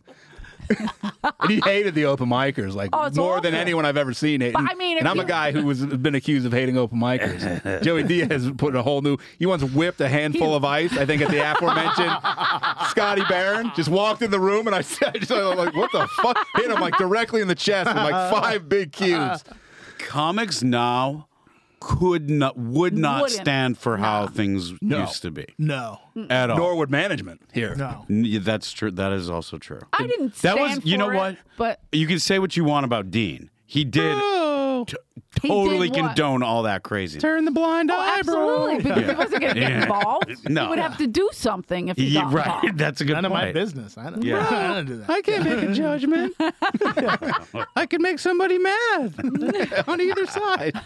S4: and he hated the open micers like
S2: Oh, it's
S4: more than
S2: awful.
S4: anyone I've ever seen. Hating.
S2: But I mean, if
S4: and I'm a
S2: you-
S4: guy who was been accused of hating open micers. Joey Diaz put a whole new. He once whipped a handful of ice. I think at the aforementioned Scotty Barron just walked in the room, and I said, I just, I'm like, "What the fuck?" Hit him like directly in the chest with like five big cubes.
S2: Uh,
S5: Comics now could not would not
S2: Wouldn't.
S5: stand for how things used to be
S3: No.
S5: at all.
S4: Norwood management here.
S3: No.
S5: N- yeah, That's true. That is also true.
S2: I didn't.
S5: That
S2: Stand
S5: was, you know
S2: for it,
S5: what?
S2: But
S5: You can say what you want about Dean. He did t- totally
S2: He did what?
S5: condone all that craziness.
S4: Turn the blind
S2: oh,
S4: eye, bro.
S2: absolutely because he wasn't going to get
S5: Yeah.
S2: involved.
S5: No.
S2: he would have to do something if he
S5: Yeah,
S2: got
S5: right.
S2: involved.
S5: That's a good
S3: None of
S5: point.
S3: my business. I don't,
S5: Yeah.
S3: I don't do that.
S4: I can't make a judgment. I can make somebody mad on either side.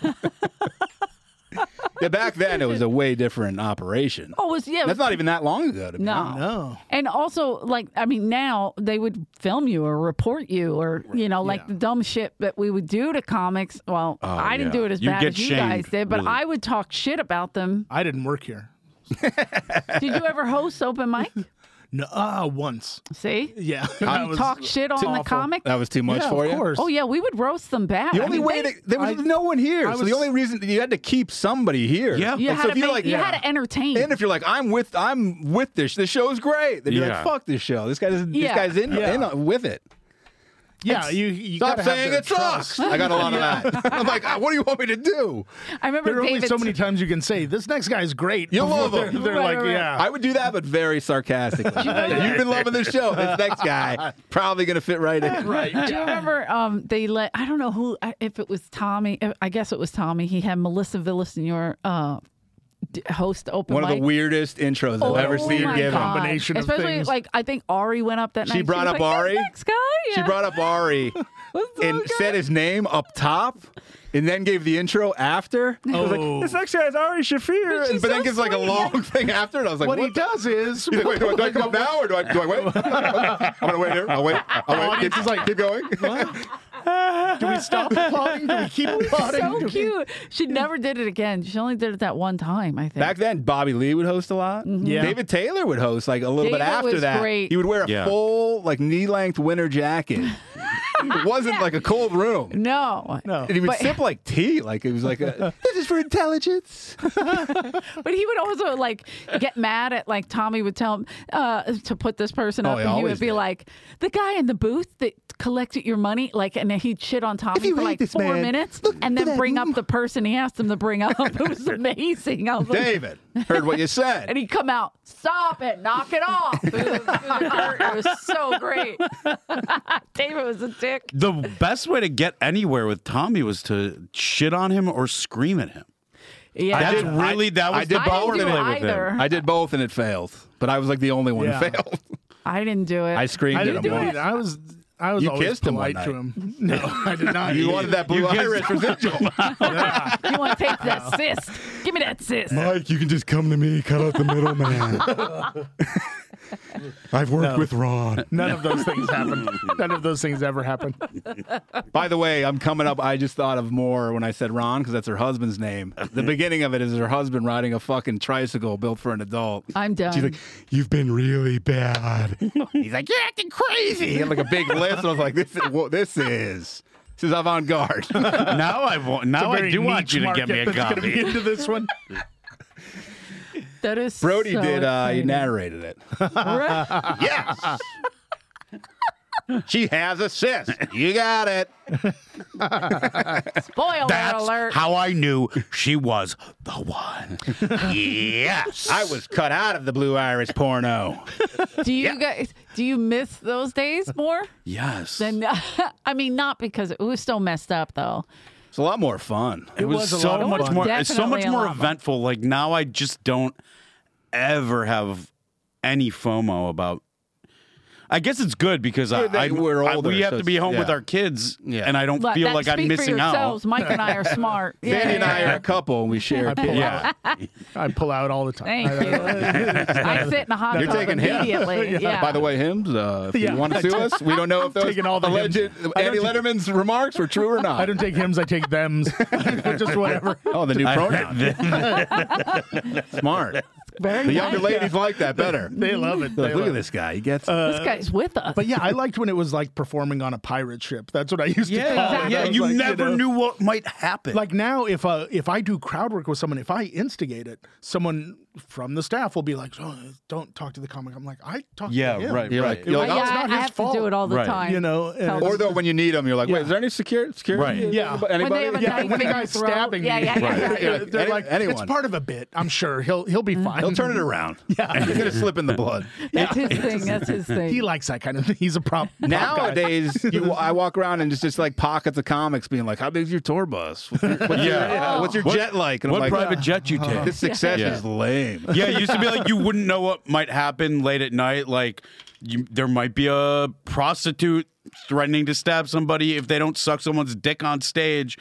S4: yeah, back then it was a way different operation.
S2: Oh, it was yeah. it
S4: That's
S2: was-
S4: not even that long ago. To be honest.
S2: no.
S3: No.
S2: And also, like, I mean, now they would film you or report you or, you know, like the dumb shit that we would do to comics. Well,
S4: Oh,
S2: I didn't
S5: yeah.
S2: do it as
S5: You'd
S2: bad
S5: get
S2: as you guys
S5: shamed,
S2: did, but
S5: really.
S2: I would talk shit about them.
S3: I didn't work here.
S2: Did you ever host open mic?
S3: No, uh, once.
S2: See?
S3: Yeah.
S2: You talk shit on the comic?
S4: That was too much
S3: yeah,
S4: for
S3: of
S4: you.
S3: course.
S2: Oh yeah, we would roast them back.
S4: The
S2: I
S4: only
S2: mean,
S4: way
S2: they-
S4: to, there was no one here. so
S3: was-
S4: the only reason you had to keep somebody here.
S5: Yeah.
S2: you
S4: And
S2: had
S4: so
S2: to
S4: if you
S2: make,
S4: like,
S2: you had to entertain.
S4: and if you're like, I'm with, I'm with this. This show's great. Then you're
S5: Yeah.
S4: like, fuck this show. This guy, doesn't
S2: Yeah.
S4: this guy's in,
S3: Yeah.
S4: in on- with it.
S3: yeah, you, you
S4: Stop
S3: gotta have
S4: saying
S3: their
S4: it sucks. I got a lot of that. I'm like, "Ah, what do you want me to do?
S2: I remember
S3: There are only
S2: David
S3: so many times you can say this next guy's great.
S4: You'll
S3: before
S4: love
S3: they're,
S4: him.
S3: They're
S2: Right,
S3: like,
S2: right, right.
S3: yeah,
S4: I would do that, but very sarcastically. You've been loving this show. This next guy probably gonna fit right in.
S2: Do you remember um, they let I don't know who I- if it was Tommy I- I guess it was Tommy he had Melissa Villasenor uh, d- host open
S4: One of the
S2: mic.
S4: weirdest intros
S2: Oh,
S4: I've ever
S2: oh
S4: seen
S2: my
S4: given.
S2: God.
S3: Combination of
S2: Especially
S3: things.
S2: like I think Ari went up that
S4: She
S2: night.
S4: brought
S2: was
S4: up
S2: like,
S4: Ari.
S2: "This Next guy.
S4: She
S2: yeah." Oh
S4: brought up Ari
S2: What's
S4: and
S2: up,
S4: said
S2: guys?
S4: his name up top and then gave the intro after. I was
S3: Oh.
S4: like, this next guy is Ari Shafir.
S2: But
S4: But,
S2: she's
S4: then
S2: so
S4: gives like a
S2: sweet.
S4: long thing after. And I was like,
S3: what,
S4: what,
S3: he does is
S4: He's like, wait, do I, do I come up now or do I, do I wait? Okay, I'm gonna wait here. I'll wait. I'll wait. Keep, like, keep going.
S3: do we stop applauding? Do we keep applauding?
S2: so cute. She never did it again. She only did it that one time, I think.
S4: Back then, Bobby Lee would host a lot.
S3: Yeah.
S4: David Taylor would host like a little bit
S2: David
S4: after
S2: was
S4: that.
S2: great.
S4: He would wear a
S5: Yeah.
S4: full like knee length winter jacket. it wasn't like a cold room.
S2: no.
S3: No.
S4: And he would
S2: But-
S4: sip like tea, like it was like a, this is for intelligence.
S2: But he would also like get mad at like Tommy would tell him uh, to put this person
S4: Oh,
S2: up,
S4: he
S2: and he
S4: always
S2: would be
S4: did.
S2: like, "The guy in the booth that collected your money," like, and then he'd shit on Tommy
S4: you
S2: for
S4: hate
S2: like
S4: this
S2: four
S4: man,
S2: minutes,
S4: look
S2: and
S4: to
S2: then
S4: that
S2: bring up
S4: room.
S2: the person he asked him to bring up. It was amazing. I was like-
S4: David, heard what you said.
S2: and he'd come out, "Stop it, knock it off." Through the- through the curtain. it was so great. David was a dick.
S5: The best way to get anywhere with Tommy was to shit on him or scream at him.
S2: Yeah,
S5: That's
S4: did-
S5: really
S4: I-
S5: that was
S4: I did
S5: the
S4: both
S5: power play
S4: of them.
S5: with him.
S2: either.
S4: I did both and it failed, but I was like the only one
S3: Yeah.
S4: who failed.
S2: I didn't do it.
S4: I screamed
S3: I
S4: at him.
S3: didn't do
S4: once.
S3: it. I was, I was
S4: You
S3: always
S4: kissed him one
S3: polite to him. No, I did not.
S4: You wanted that blue iris residual.
S2: You want to take that
S4: Oh.
S2: cyst? Give me that cyst.
S9: Mike, you can just come to me, cut out the middleman. I've worked with Ron.
S3: None of those things happened. None of those things ever happened.
S4: By the way, I'm coming up. I just thought of more when I said Ron because that's her husband's name. The beginning of it is her husband riding a fucking tricycle built for an adult.
S2: I'm done.
S9: She's like, You've been really bad.
S4: He's like, you're acting crazy. He had like a big lift. And I was like, this is wha- this is this is avant garde.
S5: Now I want. Now I
S3: Very
S5: do want
S3: niche
S5: you to get me a
S3: market that's gonna be
S5: copy.
S3: into this one.
S2: that is
S4: Brody
S2: so
S4: did. Uh, he
S2: exciting.
S4: narrated it.
S2: Right?
S4: yes. she has a cyst. You got it.
S2: Spoiler alert.
S5: That's how I knew she was the one. yes,
S4: I was cut out of the Blue Iris porno.
S2: do you guys do you miss those days more?
S5: Yes,
S2: Than I mean, not because it was so messed up though.
S4: It's a lot more fun.
S5: it was,
S3: was a lot
S5: so
S3: of
S5: much
S3: fun.
S5: more. It's so
S2: Definitely
S5: much
S2: a
S5: more
S2: lot of fun.
S5: eventful. Like now, I just don't ever have any FOMO about. I guess it's good because I,
S4: Yeah, they-
S5: I
S4: we're
S5: I-
S4: older,
S5: we have
S4: so
S5: to be
S4: it's-
S5: home with
S4: yeah.
S5: our kids,
S4: Yeah.
S5: and I don't
S2: Let
S5: feel
S2: that
S5: like
S2: speak
S5: I'm
S2: for
S5: missing out.
S2: yourselves. Mike and I are smart. Yeah,
S4: Danny and
S2: yeah,
S4: I
S2: yeah.
S4: are a couple, and we share. a kid.
S5: Yeah,
S3: I pull out all the time.
S2: Thank
S3: I-
S2: you. I sit in a hot
S4: You're
S2: tub
S4: taking him.
S2: immediately. yeah.
S4: By the way, hymns. Uh, if
S3: Yeah.
S4: you want to sue us, we don't know if those
S3: taking all the
S4: alleged
S3: hymns. I
S4: Andy
S3: don't take-
S4: Letterman's remarks were true or not.
S3: I don't take hymns. I take them's. Just whatever.
S4: oh, the new pronoun.
S5: I,
S4: Smart.
S2: Very
S4: The
S2: nice.
S4: younger ladies like that better.
S3: They love it.
S4: Look,
S3: They
S4: look
S3: love
S4: at
S3: it.
S4: this guy. He gets.
S5: Uh,
S2: this guy's with us.
S3: But yeah, I liked when it was like performing on a pirate ship. That's what I used to call
S2: exactly.
S3: it. I
S5: yeah,
S3: was
S5: you
S3: like,
S5: never
S3: know,
S5: knew what might happen.
S3: Like now, if uh, if I do crowd work with someone, if I instigate it, someone from the staff will be like, oh, "Don't talk to the comic." I'm like, "I talk
S5: Yeah,
S3: to him."
S5: right,
S4: You're
S5: right.
S4: like,
S2: Yeah,
S4: you're like,
S2: I-
S3: no, "Oh, it's
S2: I,
S3: not
S2: I
S3: his
S2: have
S3: fault.
S2: to do it all the
S5: Right.
S2: time.
S3: You know, and
S2: Tell
S3: it's-
S2: them.
S4: or though when you need them, you're like, wait, is there any security? security?
S5: Right.
S3: Yeah.
S4: Anybody?
S2: When they have a
S3: Yeah,
S2: knife
S3: when the
S2: in your
S3: guy's
S2: throat.
S3: stabbing
S2: Yeah,
S3: you.
S2: yeah, yeah.
S4: Right.
S3: They're, they're
S4: Any-
S3: like, it's
S4: anyone. Mm-hmm.
S3: part of a bit. I'm sure he'll he'll be fine.
S4: He'll turn it around. Yeah. He's gonna slip in the blood.
S2: That's his thing. That's his thing.
S3: He likes that kind of thing. He's a prop. prop guy.
S4: Nowadays, you, I walk around and it's just like pockets of comics being like, "How big's your tour bus? What's your, what's your,
S5: Yeah.
S4: uh, what's your
S5: What-
S4: jet like?" And
S5: what
S4: I'm like, "Ah,
S5: private jet you take?
S4: "This success
S5: Yeah.
S4: is lame."
S5: Yeah, it used to be like you wouldn't know what might happen late at night. Like you, there might be a prostitute threatening to stab somebody if they don't suck someone's dick on stage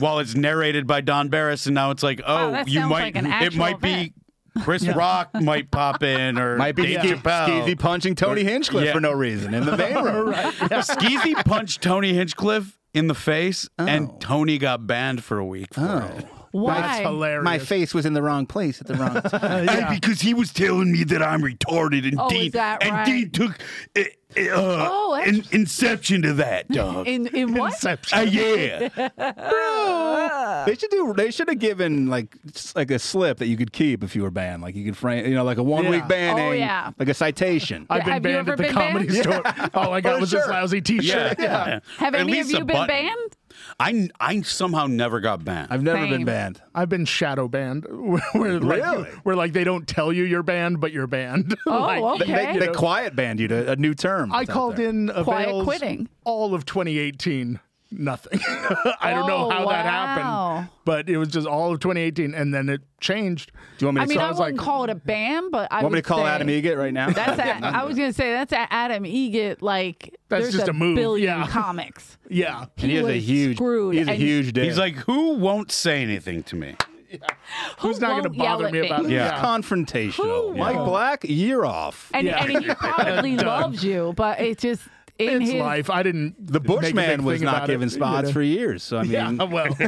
S5: while it's narrated by Don Barris. And now it's like, oh,
S2: Wow, that
S5: you
S2: sounds
S5: might,
S2: like an
S5: it
S2: actual
S5: might
S2: event.
S5: be Chris Rock might pop in or
S4: Might be
S5: Dave
S4: ske- skeezy
S5: Chappelle.
S4: punching Tony Hinchcliffe
S5: Yeah.
S4: for no reason in the vein room.
S5: Skeezy
S4: Oh.
S5: punched Tony Hinchcliffe in the face, and Tony got banned for a week. For it.
S2: Why?
S3: That's hilarious.
S4: My face was in the wrong place at the wrong time.
S5: And because he was telling me that I'm retarded, and
S2: Oh, is
S5: Dean
S2: that
S5: and
S2: right?
S5: Dean took uh, uh,
S2: Oh, that's-
S5: an inception to that dog.
S2: In in what?
S5: Uh, yeah,
S4: they should do. They should have given like s- like a slip that you could keep if you were banned. Like you could frame, you know, like a one week
S3: Yeah.
S4: banning,
S2: Oh, yeah.
S4: like a citation.
S3: I've been
S2: Have you
S3: banned
S2: ever
S3: at the
S2: been
S3: comedy
S2: banned?
S3: store. All I got
S4: Oh,
S3: was this
S4: sure.
S3: lousy T-shirt.
S5: yeah.
S2: Have
S5: At
S2: any of
S5: least
S2: you
S5: a
S2: been
S5: button.
S2: banned?
S5: I I somehow never got banned.
S4: I've never been
S2: Same.
S4: banned.
S3: I've been shadow banned. Where, where,
S4: Really?
S3: Like, where like they don't tell you you're banned, but you're banned.
S2: Oh,
S3: Like,
S2: okay.
S4: They, they quiet banned you to a new term.
S3: I
S4: that's out
S3: called
S4: there.
S3: in
S2: Quiet
S3: avails
S2: quitting.
S3: all of 2018. Nothing. I don't know
S2: Oh,
S3: how that
S2: wow.
S3: happened, but it was just all of 2018, and then it changed.
S4: Do you want me
S2: I
S4: to?
S2: mean,
S4: so
S2: I
S4: was
S2: wouldn't
S4: like,
S2: call it a ban, but I
S4: want me
S2: would
S4: to
S2: say,
S4: call Adam Egan right now?
S2: That's at, I was gonna say that's at Adam Egit. Like
S3: That's
S2: there's
S3: just a move,
S2: billion
S3: yeah.
S2: comics.
S3: Yeah,
S4: And he, has a
S2: was
S4: huge.
S2: screwed,
S4: He has a
S2: and-
S4: huge dick.
S5: He's like, who won't say anything to me?
S3: who's not going to
S2: won't yell
S3: bother
S2: at
S3: me
S2: me?
S3: about it?
S4: He's
S5: Yeah.
S4: confrontational.
S2: Who
S4: Mike
S2: won't?
S4: Black, you're off.
S2: And,
S3: Yeah.
S2: and he probably
S3: Done.
S2: loves you, but it just in
S3: It's
S2: his
S3: life. I didn't.
S4: The Bushman was not given spots for years. So I mean,
S3: Yeah, well,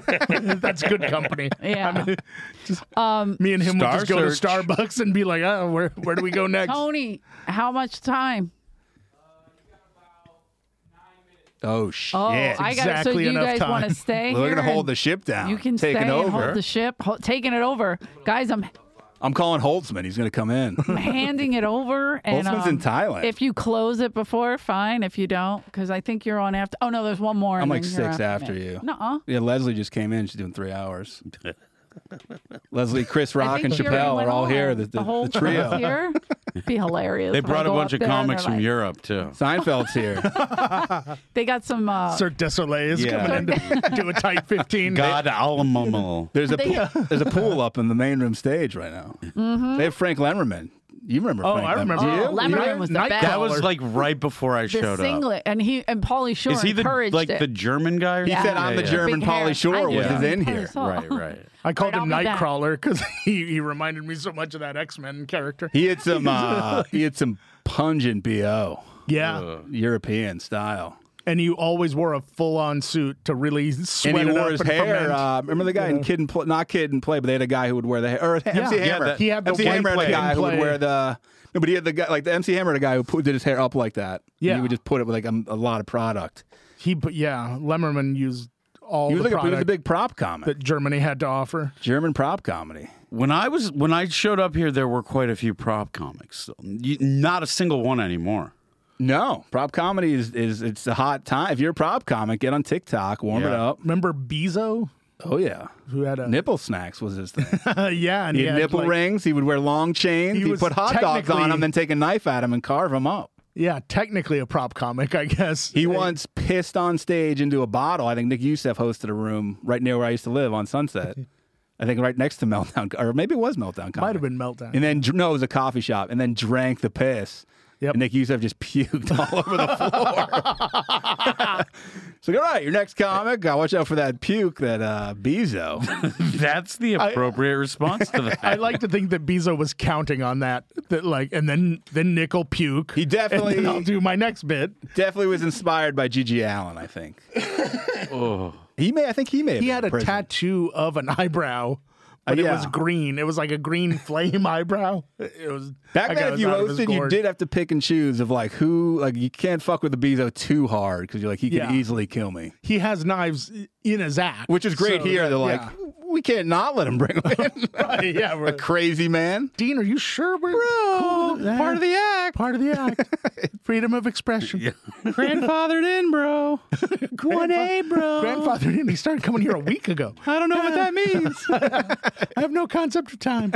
S3: that's good company.
S2: Yeah.
S3: I mean, just- me and him would
S5: Star
S3: just go
S5: search.
S3: to Starbucks and be like, oh, where where do we go next?
S2: Tony, how much time?
S4: oh shit.
S2: Oh,
S3: Yeah,
S2: I got So
S3: exactly
S2: you
S3: enough
S2: guys
S3: time.
S2: want to stay?
S4: We're
S2: here
S4: gonna hold
S2: and
S4: the ship down.
S2: You can
S4: take
S2: stay
S4: it
S2: and
S4: over.
S2: hold the ship, ho- taking it over, guys. I'm
S4: I'm calling Holtzman. He's gonna come in.
S2: I'm handing it over. And um,
S4: Holtzman's in Thailand.
S2: If you close it before, fine. If you don't, because I think you're on after. Oh no, there's one more.
S4: I'm
S2: and
S4: like
S2: then you're
S4: six
S2: on.
S4: after you.
S2: Nuh-uh.
S4: Yeah, Leslie just came in. She's doing three hours. Leslie, Chris Rock,
S2: think
S4: and
S2: she already
S4: Chappelle
S2: went
S4: are all
S2: on.
S4: here. The, the,
S2: whole
S4: the trio.
S2: group's here. Be hilarious.
S5: They
S2: If I
S5: brought a
S2: go up
S5: bunch of
S2: there and
S5: comics
S2: they're
S5: from
S2: like,
S5: Europe too.
S4: Seinfeld's here.
S2: They got some. Uh,
S3: Cirque du Soleil is
S4: Yeah.
S3: coming in to do a tight 15.
S5: God, Alamomal.
S4: There's a
S2: They- Mm-hmm.
S4: pool, there's a pool up in the main room stage right now. They have Frank Lemmerman. You remember?
S3: Oh,
S4: Frank
S3: I remember.
S4: Lemmerman.
S2: Oh,
S3: You?
S2: Lemmerman was the
S3: Night-
S2: best.
S5: That was like right before I
S2: the
S5: showed up.
S2: singlet, and he and Paulie Shore
S5: Is he the
S2: encouraged
S5: like
S2: it.
S5: the German guy? Or
S4: He said,
S5: something?
S4: "I'm the
S5: Yeah, yeah.
S4: German
S2: Big hair.
S4: Polly Shore,"
S2: I
S4: which
S2: know.
S4: is in
S2: I
S4: here.
S2: saw.
S5: Right, right.
S3: I called
S2: Right,
S3: him
S2: I'll be back.
S3: Nightcrawler because he, he reminded me so much of that X Men character.
S4: He had some. Uh, he had some pungent bo
S3: yeah,
S4: European style.
S3: and you always wore a full on suit to really sweat
S4: and he
S3: it
S4: wore
S3: up
S4: his
S3: and
S4: hair.
S3: ferment.
S4: Uh, remember the guy in Kid and Play, not Kid and Play, but they had a guy who would wear the hair. Or MC
S3: Yeah,
S4: Hammer.
S5: that-
S3: He had the
S4: MC
S3: white
S4: Hammer had a
S3: play.
S4: guy who would
S3: play.
S4: wear the. No, but he had the guy like the MC Hammer, had a guy who put, did his hair up like that. And he
S3: Yeah.
S4: would just put it with like a, a lot of product.
S3: he put yeah. Lemmerman used all
S4: He was
S3: the
S4: like a, he was a
S3: product
S4: big prop comic,
S3: that Germany had to offer.
S4: German prop comedy.
S5: When I was when I showed up here, there were quite a few prop comics. You- Not a single one anymore.
S4: No, prop comedy is is it's a hot time. If you're a prop comic, get on TikTok, warm it
S5: Yeah.
S4: up.
S3: Remember Bezo,
S4: Oh yeah,
S3: who had a
S4: nipple snacks was his thing.
S3: yeah, and
S4: He
S3: he,
S4: had
S3: had,
S4: nipple
S3: like-
S4: rings. He would wear long chains.
S3: He
S4: He would
S3: was
S4: put hot dogs on
S3: technically-
S4: them, then take a knife at him and carve them up.
S3: Yeah, technically a prop comic, I guess.
S4: He once pissed on stage into a bottle. I think Nick Youssef hosted a room right near where I used to live on Sunset. I think right next to Meltdown, or maybe it was Meltdown. Comedy.
S3: might have been meltdown.
S4: And then dr- no, it was a coffee shop, and then drank the piss.
S3: Yep.
S4: And Nick Youssef just puked all over the floor. it's like, all right, your next comic. Uh, watch out for that puke, that uh, Bezo.
S5: That's the appropriate response to that.
S3: uh, I like to think that Bezo was counting on that. That like, and then then Nickel puke.
S4: He definitely-
S3: And then I'll do my next bit.
S4: Definitely was inspired by Gigi Allen. I think. oh. He may. I think he may. Have
S3: He
S4: been
S3: had
S4: in
S3: a
S4: prison.
S3: tattoo of an eyebrow, but
S4: yeah.
S3: it was green. It was like a green flame eyebrow. It was that
S4: Back
S3: guy
S4: then, if
S3: was
S4: you
S3: out of his
S4: hosted, you
S3: gourd.
S4: did have to pick and choose of like who, like you can't fuck with the Bezo too hard because you're like he could
S3: Yeah.
S4: easily kill me,
S3: He has knives in his act,
S4: which is great.
S3: so
S4: here
S3: that-
S4: they're like, we can't not let him bring him in.
S3: yeah, yeah.
S4: a
S3: we're-
S4: crazy man, Oh,
S3: Dean, are you sure we're cool with that?
S4: Part of the act,
S3: part of the act? Freedom of expression.
S4: grandfathered in, bro. One A, bro.
S3: Grandfather, he started coming here a week ago.
S4: I don't know what that means.
S3: I have no concept of time.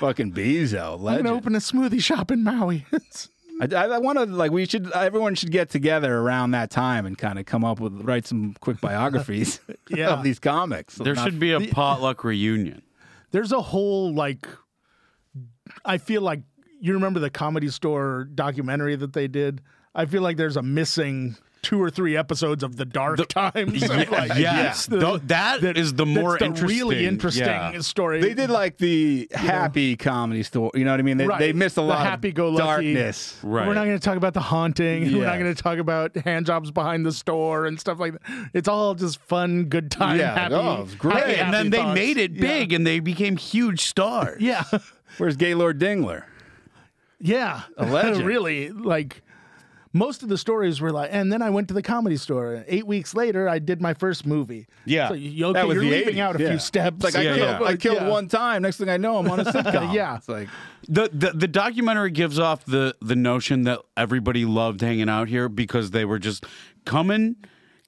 S4: Fucking Bezo,
S3: I'm
S4: legend.
S3: gonna open a smoothie shop in Maui.
S4: I, I, I want to like we should everyone should get together around that time and kind of come up with write some quick biographies
S3: Yeah.
S4: of these comics.
S5: there should be a potluck reunion.
S3: There's a whole like, I feel like you remember the Comedy Store documentary that they did. I feel like there's a missing two or three episodes of the Dark Times.
S5: Yeah,
S3: Like,
S5: yes.
S3: the-
S5: Tho- that is the
S3: that's
S5: more
S3: the
S5: interesting.
S3: really interesting
S5: Yeah.
S3: story.
S4: They did like the happy comedy story. You know what I mean? They,
S3: Right.
S4: they missed a
S3: The
S4: lot of
S3: happy-go-lucky.
S4: darkness.
S5: Right.
S3: We're not going to talk about the haunting. We're
S4: Yeah.
S3: not going to talk about hand jobs behind the store and stuff like that. It's all just fun, good time,
S4: Yeah,
S3: happy.
S4: oh, it's great.
S3: happy,
S5: and then
S3: happy
S5: they
S3: thoughts.
S5: made it big and they became huge stars.
S3: Yeah,
S4: Where's Gaylord Dingler?
S3: yeah.
S4: A legend.
S3: really, like most of the stories were like. And then I went to the comedy store. Eight weeks later, I did my first movie.
S4: Yeah.
S3: so you, okay,
S4: that was
S3: you're
S4: the
S3: leaving
S4: 80s.
S3: out a
S4: Yeah.
S3: few steps.
S4: It's like, I,
S3: you
S4: killed,
S3: know,
S4: I
S3: but
S4: killed
S3: yeah.
S4: one time. Next thing I know, I'm on a sitcom.
S3: Yeah.
S4: It's like,
S5: The, the the documentary gives off the the notion that everybody loved hanging out here because they were just coming,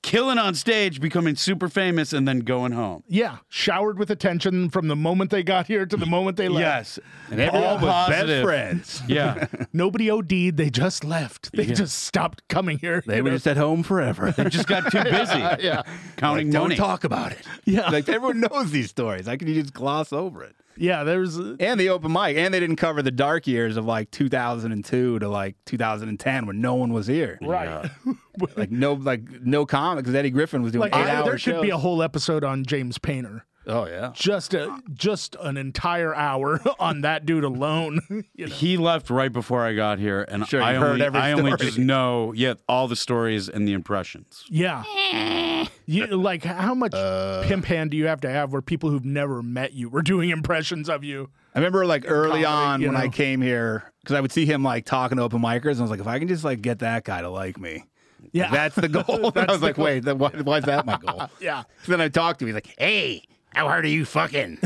S5: killing on stage, becoming super famous, and then going home.
S3: Yeah, showered with attention from the moment they got here to the moment they left.
S5: and
S4: everyone
S5: all
S4: was best
S5: positive.
S4: friends.
S5: Yeah,
S3: Nobody OD'd. They just left. They just stopped coming here.
S4: they
S3: you
S4: were
S3: know?
S4: just at home forever.
S5: they just got too busy. yeah, counting
S4: Like, don't
S5: money.
S4: talk about it.
S3: Yeah.
S4: Like everyone knows these stories. How can you just gloss over it?
S3: yeah. There's uh,
S4: And the open mic. And they didn't cover the dark years of like 2002 to like 2010 when no one was here.
S3: right.
S4: Like no, like no comic because Eddie Griffin was doing
S3: Like
S4: eight
S3: I-
S4: hours.
S3: there should be a whole episode on James Painter.
S4: oh yeah.
S3: Just a just an entire hour on that dude alone. you know?
S5: He left right before I got here, and
S4: Sure,
S5: I
S4: you heard
S5: only
S4: every
S5: I only
S4: story.
S5: just know yeah all the stories and the impressions.
S3: Yeah. you, like how much pimp hand do you have to have where people who've never met you were doing impressions of you?
S4: I remember like early
S3: Comedy,
S4: on
S3: you
S4: when I
S3: know.
S4: came here because I would see him like talking to open micers, and I was like, if I can just like get that guy to like me,
S3: Yeah.
S4: that's the goal. And I was
S3: the
S4: like, wait, then why, why is that my goal?
S3: Yeah.
S4: So then I talked to him. He's like, hey, how hard are you fucking?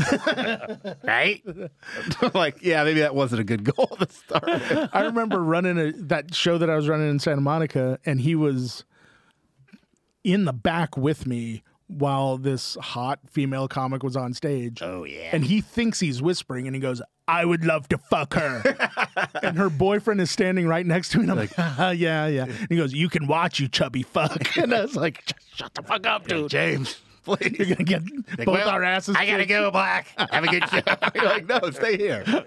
S4: right? I'm like, yeah, maybe that wasn't a good goal to start. with.
S3: I remember running a, that show that I was running in Santa Monica, and he was in the back with me while this hot female comic was on stage. Oh yeah, and he thinks he's whispering, and he goes, "I would love to fuck her," and her boyfriend is standing right next to me, and I'm like, "Haha, "Yeah, yeah," and he goes, "You can watch you chubby fuck," and I was like, "Just "Shut the fuck up, dude."
S4: James, please.
S3: You're gonna get
S4: Like,
S3: both
S4: well,
S3: our asses.
S4: I gotta
S3: kicked."
S4: go, Black. Have a good show. You're like, no, stay here.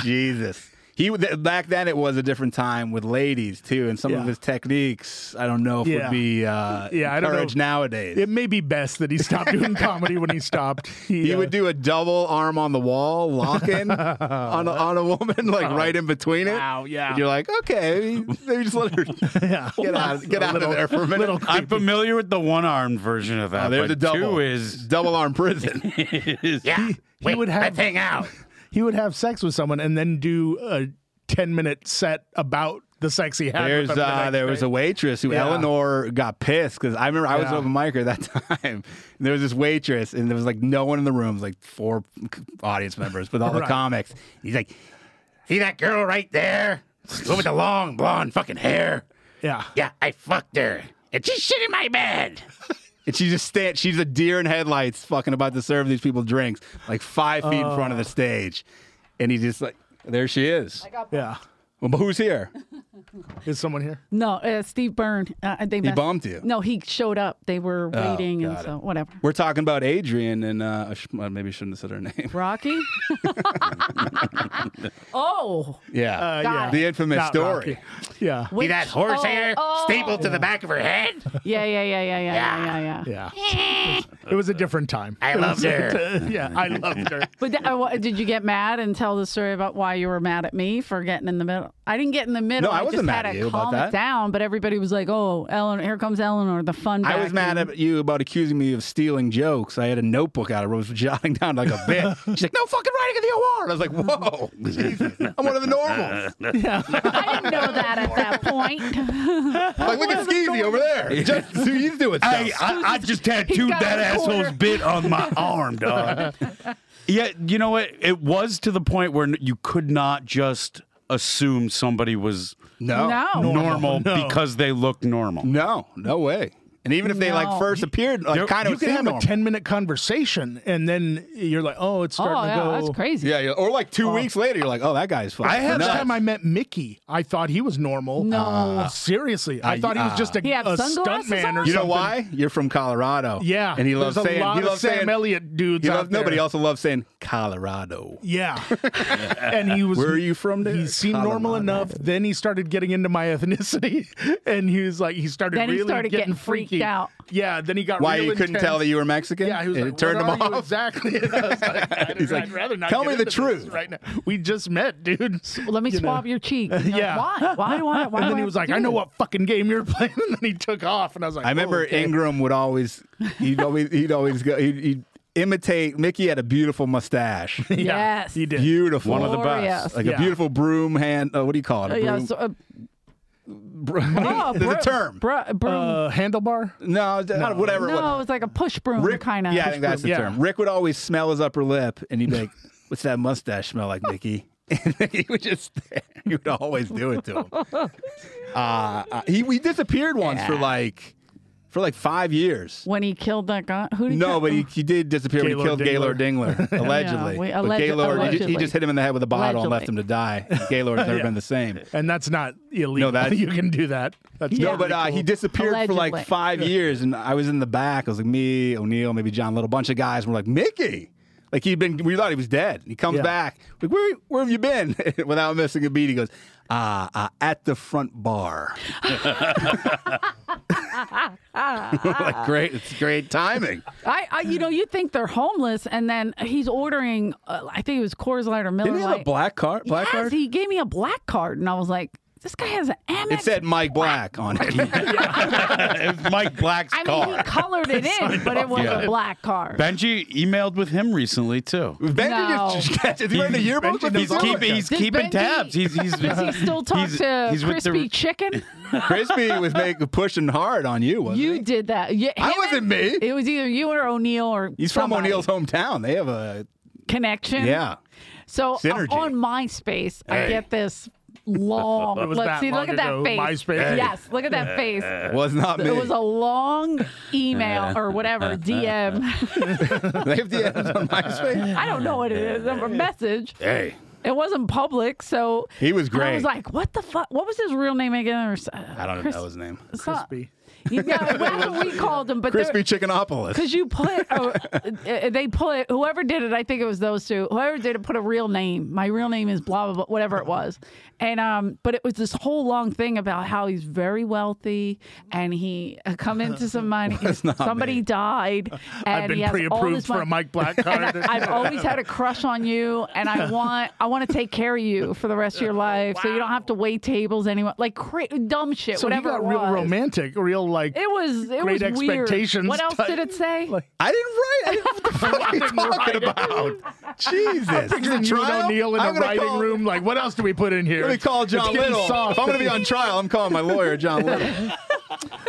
S4: Jesus. He th- back then it was a different time with ladies too, and some of
S3: Yeah.
S4: his techniques I don't know if
S3: Yeah.
S4: would be uh,
S3: Yeah, I don't know.
S4: encouraged nowadays.
S3: It may be best that he stopped doing comedy when he stopped. He,
S4: he
S3: uh,
S4: would do a double arm on the wall, lock in on, a, on a woman, like right in between it.
S3: Oh, Wow, yeah.
S4: And you're like, okay, maybe just let her
S3: Yeah.
S4: get out, get out of there for a minute.
S3: little
S5: I'm familiar with the one armed version of that.
S4: Oh, there's
S5: but
S4: a double.
S5: Two is
S4: Double arm prison.
S10: Yeah. Wait,
S3: would have-
S10: that thing out.
S3: he would have sex with someone and then do a 10 minute set about the sex he had.
S4: There's
S3: with them the
S4: uh,
S3: next
S4: there was
S3: day.
S4: a waitress who
S3: Yeah.
S4: Eleanor got pissed because I remember I was
S3: Yeah.
S4: an open micer that time. And there was this waitress and there was like no one in the room, it was, like four audience members, but all the
S3: Right.
S4: comics. He's like,
S10: See that girl right there? The one with the long blonde fucking hair.
S3: yeah.
S10: Yeah, I fucked her. And she shit in my bed.
S4: and she just stand. She's a deer in headlights, fucking about to serve these people drinks, like five feet in
S3: Oh.
S4: front of the stage, and he's just like, there she is.
S3: Yeah.
S4: Well, but who's here?
S3: Is someone here?
S2: No, uh, Steve Byrne. Uh, they messed-
S4: bumped you. Oh,
S2: No, he showed up. They were waiting, and
S4: got
S2: so whatever.
S4: We're talking about Adrian, and uh, I sh- well, maybe I shouldn't have said her name.
S2: Rocky. oh,
S4: Yeah,
S3: Uh,
S2: Got it.
S4: the infamous
S3: Not
S4: story.
S3: Rocky. Yeah.
S10: See that horse hair stapled to the back of her head?
S2: oh, yeah, yeah, yeah, yeah, yeah, yeah, yeah, yeah.
S3: Yeah. it was a different time.
S10: I
S3: It was
S10: loved
S3: a-
S10: her.
S3: yeah, I loved her.
S2: But th- uh, wha- did you get mad and tell the story about why you were mad at me for getting in the middle? I didn't get in the middle.
S4: No, I wasn't
S2: just
S4: mad
S2: had
S4: at
S2: to
S4: you about
S2: calm
S4: that.
S2: it down. But everybody was like, "Oh, Eleanor, here comes Eleanor, the fun."
S4: I was mad at you about accusing me of stealing jokes. I had a notebook out. I was jotting down like a bit. She's like, "No fucking writing in the OR." And I was like, "Whoa, Jesus, I'm one of the normals."
S2: I didn't know that at that point.
S4: Like, look at Skeezy over there. Just, he's doing stuff.
S5: Hey, I, I just
S2: He's
S5: tattooed
S2: got
S5: that
S2: a quarter.
S5: asshole's bit on my arm, dog. yeah, you know what? It was to the point where n- you could not just assume somebody was
S4: no,
S2: no.
S5: normal because they looked normal.
S4: No, no way. And even if they like
S2: No.
S4: first appeared, like
S5: There-
S4: kind
S3: You
S4: of
S3: could
S4: seemed
S3: have a
S4: normal.
S3: 10 minute conversation and then you're like, oh, it's starting
S2: oh, yeah,
S3: to go.
S2: that's crazy.
S4: yeah, yeah, or like two weeks later, you're like, oh, that guy's fucking.
S3: I had
S4: nuts.
S3: First time I met Mickey, I thought he was normal.
S2: No.
S3: seriously, I thought he
S4: uh,
S3: was just a,
S2: He had
S3: a
S2: sunglasses
S3: stuntman or
S2: on?
S4: You know
S3: something.
S4: why? You're from Colorado.
S3: Yeah,
S4: and he loves
S3: there's a
S4: saying
S3: lot
S4: he
S3: of
S4: loves
S3: Sam
S4: saying
S3: Elliott dudes
S4: He
S3: out
S4: loves, nobody
S3: there.
S4: also loves saying Colorado.
S3: Yeah. and he was
S4: Where are you from,
S3: He
S4: Nick?
S3: seemed normal
S4: Colorado.
S3: enough. Then he started getting into my ethnicity and he was like he started
S2: Then he
S3: really
S2: started
S3: getting,
S2: getting freaked
S3: freaky.
S2: out.
S3: Yeah, then he got
S4: Why
S3: real
S4: you couldn't
S3: intense.
S4: tell that you were Mexican?
S3: Yeah, he was
S4: And
S3: like,
S4: it turned
S3: "What
S4: him
S3: are you
S4: off.
S3: exactly. And I was like, I
S4: He's like,
S3: would rather not
S4: "Tell
S3: get
S4: me the
S3: into this
S4: truth."
S3: right now. We just met, dude.
S2: Let me
S3: You know.
S2: swab your cheek. And you're like,
S3: yeah.
S2: Why? Why do I? Why
S3: and
S2: do
S3: then he
S2: have
S3: was
S2: to
S3: like,
S2: do
S3: "I know
S2: this?"
S3: what fucking game you're playing," and then he took off, and I was like,
S4: I remember
S3: "Oh, okay."
S4: Ingram would always he'd always he'd always go he'd, he'd imitate Mickey had a beautiful mustache.
S3: Yeah,
S2: Yes.
S3: he did.
S4: Beautiful,
S5: One of the
S2: Glorious.
S5: best.
S4: like
S3: Yeah.
S4: a beautiful broom hand. Uh, what do you call it?
S2: Uh,
S4: A
S2: yeah,
S4: broom-
S2: so, uh,
S4: broom-
S2: oh,
S4: There's
S2: bro-
S4: a term.
S2: bro- broom.
S3: uh, handlebar.
S4: no, d- not- whatever. it was.
S2: no, it was like a push broom
S4: Rick,
S2: kind of.
S4: yeah, I think that's the
S3: yeah.
S4: term. Rick would always smell his upper lip, and he'd be like, "What's that mustache smell like, Mickey?" And he would just, he would always do it to him. Uh, uh, he we disappeared once for like, for like five years.
S2: when he killed that guy. Who did
S4: No,
S2: kill-
S4: but he, he did disappear when he
S3: Gaylord
S4: killed Gaylord Dingler, allegedly.
S2: we-
S4: But
S2: alleged-
S4: Gaylord, he ju- He,
S2: allegedly.
S4: just hit him in the head with a bottle and left him
S2: Allegedly.
S4: to die. Gaylord's never been the same.
S3: And that's not illegal.
S4: No, that's-
S3: you can do that. That's
S4: No, but uh, he disappeared for
S2: Allegedly.
S4: like five years, and I was in the back. I was like, me, O'Neill, maybe John Little, bunch of guys. And we're like, Mickey. Like he'd been, we thought he was dead. He comes
S3: Yeah.
S4: back. Like, where, where have you been? Without missing a beat, he goes, uh, uh, at the front bar. We're like, great, it's great timing.
S2: I, I, you know, you think they're homeless, and then he's ordering. Uh, I think it was Coors Light or Miller
S4: Didn't he have
S2: Lite.
S4: a black card? Black
S2: yes,
S4: card?
S2: he gave me a black card, and I was like, "This guy has an Amex."
S4: It said Mike Black on it.
S5: it was Mike Black's
S2: I mean,
S5: car.
S2: he colored it in, but it was
S5: Yeah.
S2: a black card.
S5: Benji emailed with him recently too.
S4: Benji just, just is he wearing a yearbook? with
S5: He's
S4: his
S5: keeping
S4: own?
S5: he's
S2: Does
S5: keeping
S2: Oh, Benji-
S5: tabs. He's he's
S2: Does he still talk
S5: he's-
S2: to
S5: he's with the-
S2: crispy chicken?
S4: Crispy was making pushing hard on you, wasn't
S2: You
S4: he?
S2: did that. Yeah,
S4: I
S2: him
S4: wasn't
S2: and-
S4: me.
S2: It was either you or O'Neill or
S4: He's from
S2: somebody.
S4: O'Neill's hometown. They have a
S2: connection.
S4: yeah.
S2: So uh,
S4: Synergy.
S2: on MySpace, I get this long.
S3: It was
S2: let's
S3: that
S2: see.
S3: long
S2: Look at
S3: ago,
S2: that face.
S3: MySpace.
S2: Yes, look at that face.
S4: Was not me.
S2: It was a long email or whatever DM.
S4: they have DMs on MySpace.
S2: I don't know what it is. A message.
S4: Hey,
S2: It wasn't public, so
S4: He was
S2: and I was
S4: great.
S2: like, "What the fuck? What was his real name again?" Or,
S4: I don't know his name.
S3: Crispy.
S2: Yeah, that's what we called him. But they're-
S4: Crispy Chickenopolis.
S2: Because you put, oh, uh, they put whoever did it. I think it was those two. Whoever did it put a real name. My real name is blah blah blah, whatever it was. And um, but it was this whole long thing about how he's very wealthy and he uh, come into some money. Somebody died. And
S3: I've
S2: he
S3: been
S2: has all
S3: pre-approved
S2: this
S3: for
S2: money.
S3: a Mike Black
S2: And
S3: card.
S2: I, I've always had a crush on you, and I want I want to take care of you for the rest of your life, so you don't have to wait tables anymore. Like cra- dumb shit.
S3: so he
S2: whatever
S3: got
S2: it
S3: real
S2: was.
S3: romantic, real like.
S2: It was it
S3: Great
S2: was weird.
S3: expectations
S2: What else
S3: type-
S2: did it say?
S4: I didn't write. I didn't, what the fuck are you talking about? Jesus. Is
S3: Picturing
S4: it
S3: you and
S4: trial?
S3: O'Neill in
S4: I'm
S3: a
S4: gonna
S3: writing
S4: call-
S3: room. Like, what else do we put in here?
S4: Let me call
S3: It's
S4: John
S3: getting
S4: Little.
S3: soft.
S4: If I'm going to be on trial, I'm calling my lawyer, John Little.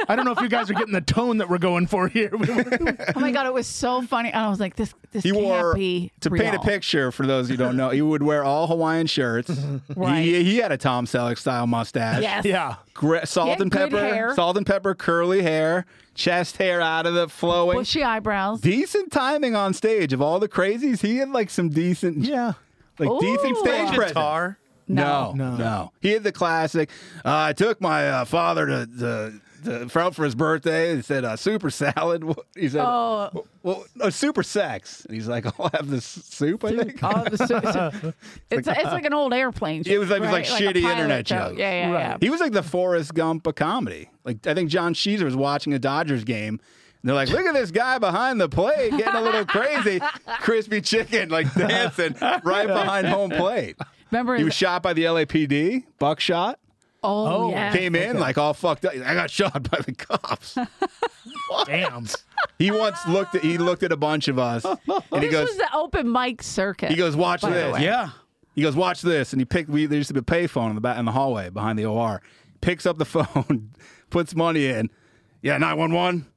S3: I don't know if you guys are getting the tone that we're going for here.
S2: Oh my god, it was so funny. And I was like, this this
S4: He
S2: can't
S4: wore
S2: be
S4: to
S2: real.
S4: paint a picture for those who don't know. He would wear all Hawaiian shirts.
S2: Right.
S4: He, he had a Tom Selleck style mustache.
S2: Yes.
S3: yeah.
S4: Gre-
S2: He
S4: salt
S2: had
S4: and
S2: good
S4: pepper,
S2: hair.
S4: salt and pepper, curly hair, chest hair out of the flowing.
S2: Bushy eyebrows.
S4: decent timing on stage of all the crazies. He had like some decent,
S3: Yeah.
S4: like decent
S2: Ooh.
S4: stage
S2: Stage
S4: presence.
S5: Tar.
S4: No, no, He had the classic. Uh, I took my uh, father to. to to, for out for his birthday, he said uh, super salad. What- He said,
S2: Oh.
S4: "Well, no, super sex." And he's like, "I'll have this soup." I think
S2: Oh, the su- su- it's, it's like an old airplane.
S4: It was like- it was
S2: right?
S4: like
S2: a
S4: shitty
S2: pilot
S4: internet
S2: joke.
S4: jokes.
S2: Yeah, yeah, yeah.
S4: He was like the Forrest Gump of comedy. Like I think John Sheezer was watching a Dodgers game. And they're like, look at this guy behind the plate getting a little crazy, crispy chicken like dancing right behind home plate.
S2: Remember?
S4: He
S2: his-
S4: was shot by the LAPD, buckshot.
S2: oh, yeah.
S4: Came in like all fucked up. I got shot by the cops.
S3: Damn.
S4: He once looked at he looked at a bunch of us and he
S2: this
S4: goes
S2: was the open mic circuit.
S4: he goes watch
S2: the
S4: this.
S2: way.
S5: Yeah.
S4: He goes, watch this, and he picked. We there used to be a payphone in the back in the hallway behind the OR. Picks up the phone, puts money in. Yeah, nine one one.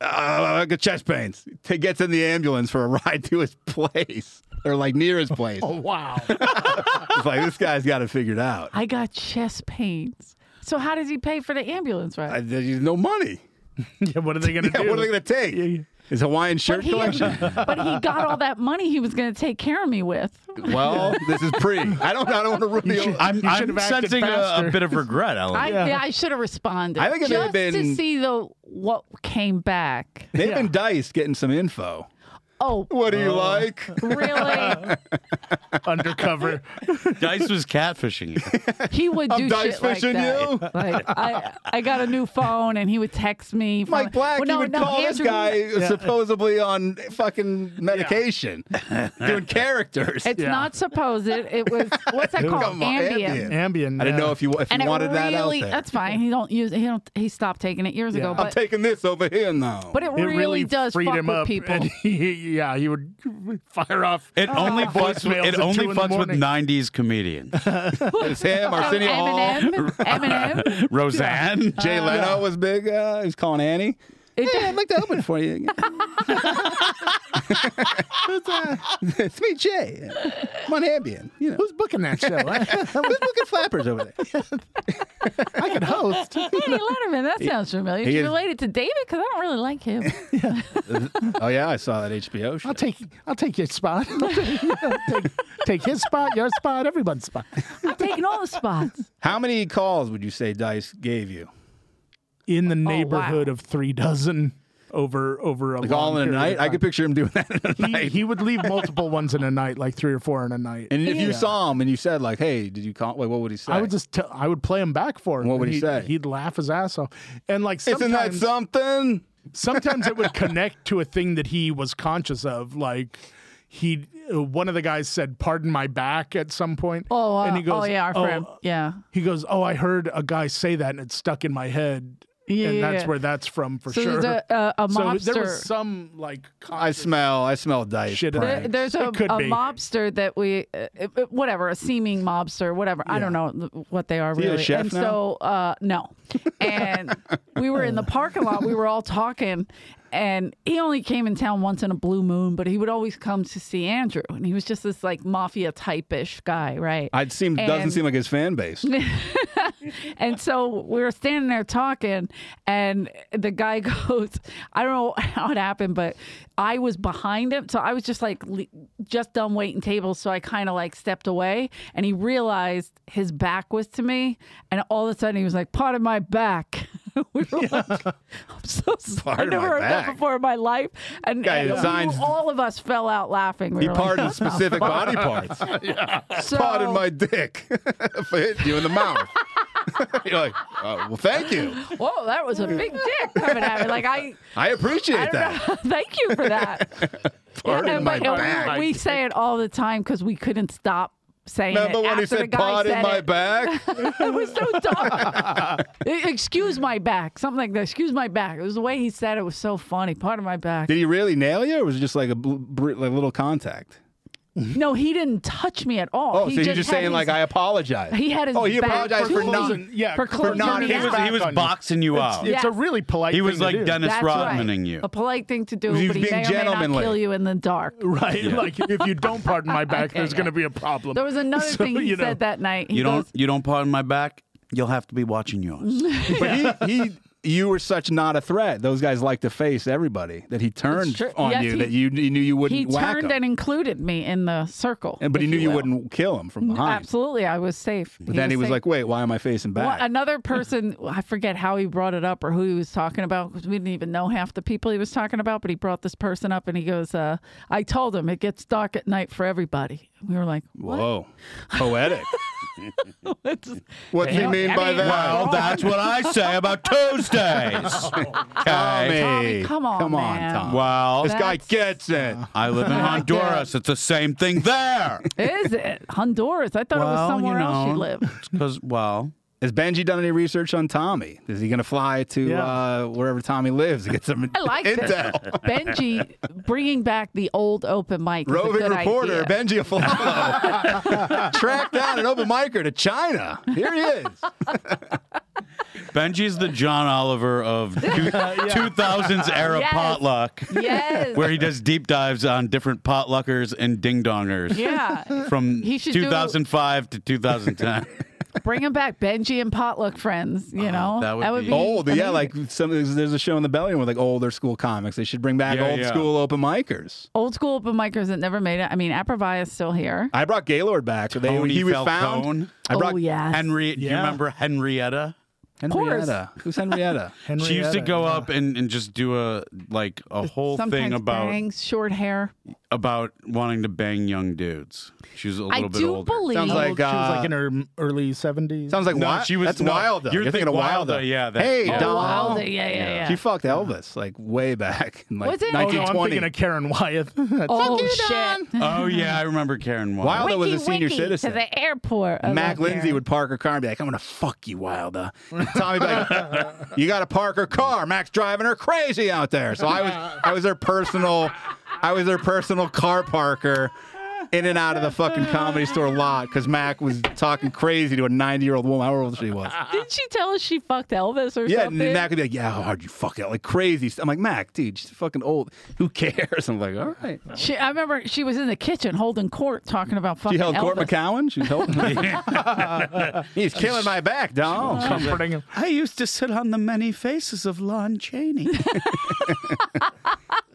S4: Uh, I got chest pains. He gets in the ambulance for a ride to his place or like near his place.
S3: Wow.
S4: It's like this guy's got it figured out.
S2: I got chest pains. So how does he pay for the ambulance
S4: I,
S2: ride?
S4: there's no money.
S3: Yeah, what are they going to
S4: Yeah,
S3: do?
S4: what are they gonna take?
S3: Yeah, yeah.
S4: His Hawaiian shirt
S2: but, he,
S4: collection.
S2: but he got all that money he was going to take care of me with.
S4: well, this is pre. I don't. I don't want to ruin the.
S5: I'm,
S3: You should
S5: I'm
S3: have acted
S5: sensing a,
S3: faster.
S5: a bit of regret, Ellen.
S2: I, yeah, I should have responded.
S4: I think it may
S2: just
S4: have been-
S2: to see the what came back.
S4: They've been diced getting some info.
S2: Oh,
S4: What do you like?
S2: really?
S3: undercover.
S5: Dice was catfishing you.
S2: He would do
S4: I'm dice
S2: shit like
S4: fishing
S2: that.
S4: you?
S2: Like, I, I got a new phone, and he would text me. from-
S4: Mike Black,
S2: Well,
S4: you would call
S2: Andrew-
S4: this guy supposedly on fucking medication, doing characters.
S2: It's
S3: Yeah.
S2: not supposed. It, it was what's that called?
S4: Come on,
S2: Ambien.
S4: Ambien.
S3: Ambien.
S4: I didn't
S3: yeah.
S4: know if you if
S2: And
S4: you
S2: it
S4: wanted
S2: really,
S4: that out there.
S2: that's fine. He don't use. He don't. He stopped taking it years
S3: Yeah.
S2: ago.
S3: I'm
S4: I'm
S2: But
S4: taking this over here now.
S2: but it,
S3: It
S2: really, does
S3: freed
S2: fuck
S3: him
S2: with
S3: up,
S2: people.
S3: and he- yeah, he would fire off.
S5: It
S2: Oh,
S5: only fucks
S3: Voicemails
S5: with, it
S3: at
S5: only
S3: two in the
S5: fucks with
S3: morning.
S5: 90s comedians.
S4: it's him, Arsenio Hall.
S2: Oh, Eminem. Eminem.
S5: Roseanne.
S4: Jay Leno was big. Uh, he was calling Annie.
S2: It
S4: Yeah, I'd like to open for you. it's, uh, it's me, Jay. I'm on Ambien. You know,
S3: Who's booking that show? I,
S4: who's booking flappers over there?
S3: I can host.
S2: Danny Letterman. That sounds familiar.
S4: he
S2: Is
S4: is-
S2: related to David? Because I don't really like him.
S4: oh yeah, I saw that HBO show.
S3: I'll take I'll take your spot. take, take his spot, your spot, everyone's spot.
S2: I'm taking all the spots.
S4: How many calls would you say Dice gave you?
S3: In the
S2: wow.
S3: neighborhood of three dozen over over a
S4: Like all in a night? I could picture him doing that in a
S3: He,
S4: night.
S3: he would leave multiple ones in a night, like three or four in a night.
S4: and if you saw him and you said like, "Hey, did you call?" Wait, what would he say?
S3: I would just tell, I would play him back for him.
S4: What
S3: and
S4: would he
S3: he'd-
S4: say?
S3: He'd laugh his ass off, and like
S4: Isn't that
S3: sometimes
S4: something?
S3: sometimes it would connect to a thing that he was conscious of, like. He, uh, one of the guys said, "Pardon my back" at some point.
S2: Oh, uh,
S3: and he goes,
S2: oh yeah, our friend.
S3: "Oh,
S2: Yeah.
S3: He goes, "Oh, I heard a guy say that, and it stuck in my head." and that's
S2: Yeah.
S3: where that's from for
S2: So
S3: sure.
S2: there's a, a, a
S3: so
S2: mobster.
S3: there was some like
S4: I smell. I smell Dice.
S3: Shit in
S4: prank.
S3: there.
S2: There- there's a, a
S3: It could be.
S2: mobster that we, uh, uh, whatever, a seeming mobster, whatever. I don't know th- what they are
S4: he a
S2: really.
S4: chef
S2: and
S4: now?
S2: so, uh, no. And we were in the parking lot. We were all talking, and he only came in town once in a blue moon, but he would always come to see Andrew, and he was just this like mafia type ish guy, right?
S4: I'd seem doesn't
S2: And-
S4: seem like his fan base.
S2: And so we were standing there talking, and the guy goes, I don't know how it happened, but I was behind him. So I was just like, le- just done waiting tables. So I kind of like stepped away, and he realized his back was to me. And all of a sudden, he was like, Part of my back. we were like, I'm so sorry. I
S4: Part of my
S2: never heard that
S4: back.
S2: before in my life. And,
S4: Guy
S2: and
S4: that
S2: we-
S4: signs-
S2: all of us fell out laughing. We
S4: He
S2: were
S4: pardoned
S2: like,
S4: specific body parts.
S2: so,
S4: Pardon my dick for hitting you in the mouth. You're like, oh, well, thank you.
S2: Whoa, that was a big dick coming at me. Like, I.
S4: I appreciate
S2: I
S4: that.
S2: don't know. Thank you for that.
S4: Pardon
S2: And-
S4: my
S2: but- and we-
S4: back.
S2: We, say it all the time because we couldn't stop saying
S4: Remember
S2: it.
S4: when he
S2: After the
S4: said,
S2: guy
S4: "Pardon
S2: said
S4: my
S2: it,
S4: back"?
S2: It was so dumb. E- Excuse my back. Something like that. Excuse my back. It was the way he said it was so funny. Part of my back.
S4: Did he really nail you, or was it just like a bl- br- like little contact?
S2: no, he didn't touch me at all.
S4: Oh, so you're just
S2: had
S4: saying
S2: his-
S4: like I apologize.
S2: He had his
S4: Oh, he
S2: back
S4: apologized for not.
S2: closing-
S3: yeah,
S2: for
S3: for
S2: closing
S4: not-
S2: me
S5: He
S4: Yeah.
S5: was,
S2: out.
S5: he was
S3: Back on you.
S5: boxing you out.
S3: It's
S2: Yes.
S3: a really polite.
S5: He was
S3: thing to
S5: like
S3: do.
S5: Dennis
S2: That's
S5: Rodmaning
S2: right.
S5: you.
S2: A polite thing to do,
S4: He was
S2: but he
S4: being
S2: may or may not
S4: gentlemanly.
S2: kill you in the dark.
S3: right? Like if you don't pardon my back,
S2: Okay,
S3: there's
S2: yeah.
S3: going to be a problem.
S2: There was another
S3: So,
S2: thing he
S3: you know.
S2: said that night. He
S5: You don't
S2: goes,
S5: you don't pardon my back. You'll have to be watching yours.
S4: But he, he, you were such not a threat. Those guys like to face everybody. That he turned
S2: true.
S4: on
S2: Yes,
S4: you.
S2: he-
S4: that you, you knew you wouldn't
S2: He
S4: whack
S2: turned
S4: him.
S2: and included me in the circle.
S4: And- but he
S2: if
S4: knew you
S2: will. Mm,
S4: wouldn't kill him from behind.
S2: Absolutely, I was safe.
S4: But then he was
S2: safe.
S4: like, "Wait, why am I facing
S2: One-
S4: back?"
S2: another person, I forget how he brought it up or who he was talking about because we didn't even know half the people he was talking about. But he brought this person up and he goes, uh, "I told him it gets dark at night for everybody." We were like, "What?"
S4: Whoa, poetic.
S2: It's-
S4: What do you mean by
S2: mean,
S4: that?
S2: Well,
S5: Oh, that's what I say about
S3: Oh,
S5: Tuesdays.
S4: Tommy,
S2: Tommy, come on,
S4: come on,
S2: man.
S4: Tom.
S5: Well,
S4: this guy
S2: That's-
S4: gets it.
S5: I live in Honduras. It's the same thing there.
S2: Is it Honduras? I thought it was
S5: Well, you
S2: somewhere else she
S5: know.
S2: lived.
S5: Because well,
S4: Has Benji done any research on Tommy? Is he going to fly to uh, wherever Tommy lives to get some
S2: I like this.
S4: intel?
S2: Benji bringing back the old open mic. is a
S4: Roving
S2: good
S4: reporter
S2: idea.
S4: Benji Aflalo tracked down an open micer to China. Here he is.
S5: Benji's the John Oliver of two thousands era
S2: Yes.
S5: potluck,
S2: Yes.
S5: where he does deep dives on different potluckers and ding dongers
S2: yeah.
S5: from
S2: He should do-
S5: 2005 to 2010.
S2: Bring him back, Benji and Potluck friends.
S4: Ah,
S2: You know
S5: that would be-
S4: Old, yeah, like some. There's a show in the Belly with like older school comics. They should bring back
S5: Yeah,
S4: old
S5: yeah.
S4: school open micers.
S2: old school open micers that never made it. I mean, Apravia is still here.
S4: I brought Gaylord back. They,
S5: Tony
S4: he was
S5: Falcone.
S4: found. I brought
S2: oh yes.
S5: Henry, do you remember Henrietta?
S4: Henrietta. Who's Henrietta?
S5: She used to go up and, and just do a like a whole
S2: Sometimes
S5: thing about
S2: bangs, short hair.
S5: about wanting to bang young dudes. She was a
S2: I
S5: little bit
S2: do
S5: older.
S2: believe-
S4: Sounds
S2: How
S4: like
S3: she was
S4: uh,
S3: like in her m- early 70s.
S4: Sounds like
S5: No,
S4: Wi-
S5: she was-
S4: That's
S5: no,
S4: Wilder.
S5: you're
S4: thinking of
S5: thinking
S4: Wilder.
S5: Wilder, yeah, that-
S4: hey,
S5: yeah.
S4: Don.
S2: Oh, Wilder, yeah, yeah, yeah.
S4: She fucked Elvis like way back in like
S2: Was it?
S3: oh, no, I'm
S4: 1920.
S3: thinking of Karen Wyeth.
S2: Oh shit!
S5: oh yeah, I remember Karen. Wilde.
S4: Wilder was a
S2: Winky,
S4: senior
S2: winky
S4: citizen.
S2: to the airport. I
S4: Mac
S2: love
S4: Lindsay
S2: her.
S4: would park her car and be like, "I'm gonna fuck you, Wilder." And Tommy, be like, you got to park her car. Mac's driving her crazy out there. So I was, I was their personal, I was their personal car parker, in and out of the fucking comedy store lot because Mac was talking crazy to a 90 year old woman. How old she was?
S2: Didn't she tell us she fucked Elvis or
S4: Yeah, and
S2: something?
S4: then Mac would be like, "Yeah, how hard you fuck it, like crazy." stuff." I'm like, "Mac, dude, she's fucking old. Who cares?" I'm like, "All right."
S2: She, I remember she was in the kitchen holding court talking about fucking
S4: She held
S2: Elvis.
S4: Court McCowan. She's helping me. He's killing my back, Don.
S2: Oh.
S3: comforting him.
S5: I used to sit on the many faces of Lon Chaney.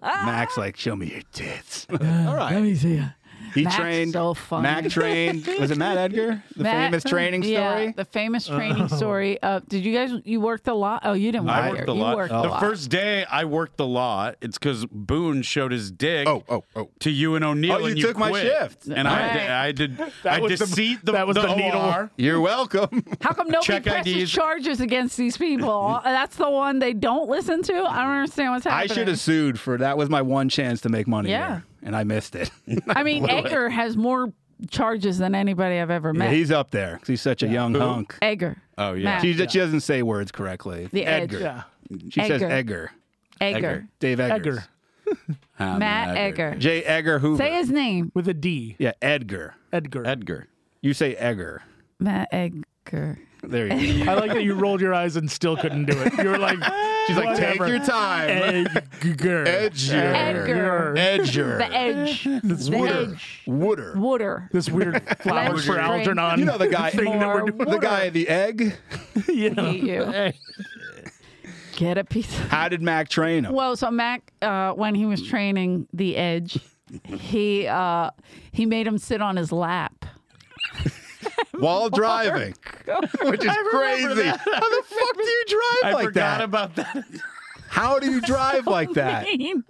S4: Mac's like, show me your tits.
S2: All right. Let me see ya.
S4: He
S2: Mac's
S4: trained.
S2: so funny.
S4: Mac trained. Was it Matt Edgar? The
S2: Matt-
S4: famous training
S2: yeah,
S4: story.
S2: the famous training story. Uh, did you guys, you worked a lot? Oh, you didn't work
S5: I
S2: there.
S5: worked the
S2: you
S5: lot.
S2: worked
S5: the
S2: a lot.
S5: first day I worked the lot, it's because Boone showed his dick
S10: Oh, oh, oh.
S5: to you and O'Neill.
S4: Oh, you
S5: and
S4: took my
S5: quit.
S4: shift.
S5: and
S2: Right.
S5: I did. I did. I
S3: was the-
S5: deceit the,
S3: that was the needle.
S5: OR.
S4: You're welcome.
S2: How come nobody
S5: Check
S2: presses
S5: IDs.
S2: charges against these people? That's the one they don't listen to? I don't understand what's
S4: I
S2: happening.
S4: should have sued for that. Was my one chance to make money.
S2: Yeah.
S4: there, and I missed it.
S2: I mean, Edgar has more charges than anybody I've ever
S4: Yeah,
S2: met.
S4: he's up there 'cause he's such a young hunk.
S2: Edgar.
S5: Oh, yeah.
S2: Matt.
S4: She, she doesn't say words correctly.
S2: The Edge.
S4: Edgar.
S3: Yeah.
S4: She says
S2: Edgar.
S4: Edgar.
S2: Edgar.
S4: Dave Eggers.
S3: Edgar
S2: Matt Edgar.
S4: J. Edgar Hoover.
S2: Say his name.
S3: with a D.
S4: yeah, Edgar.
S3: Edgar.
S5: Edgar.
S4: You say Edgar.
S2: Matt Edgar.
S4: There you go.
S3: I like that you rolled your eyes and still couldn't do it. You were like,
S4: She's like, take
S3: Whatever.
S4: your time.
S3: Edgar.
S4: Edger.
S2: Edgar. The
S4: Edger.
S2: Edge. the
S4: Wooder.
S2: Edge.
S4: Wooder.
S2: Wooder.
S3: This weird flowers for
S2: Lemon drink.
S3: Algernon.
S4: You know the guy,
S3: thing that we're
S2: More
S3: doing.
S4: the guy, the egg.
S3: Yeah.
S2: Hate you.
S3: Hey.
S2: Get a piece. of-
S4: How did Mac train him?
S2: Well, so Mac, uh, when he was training the Edge, he uh, he made him sit on his lap.
S4: While driving, which is crazy. How the fuck do you drive
S5: I
S4: like
S5: forgot
S4: that?
S5: about that.
S4: How do you drive like that?
S2: Mean.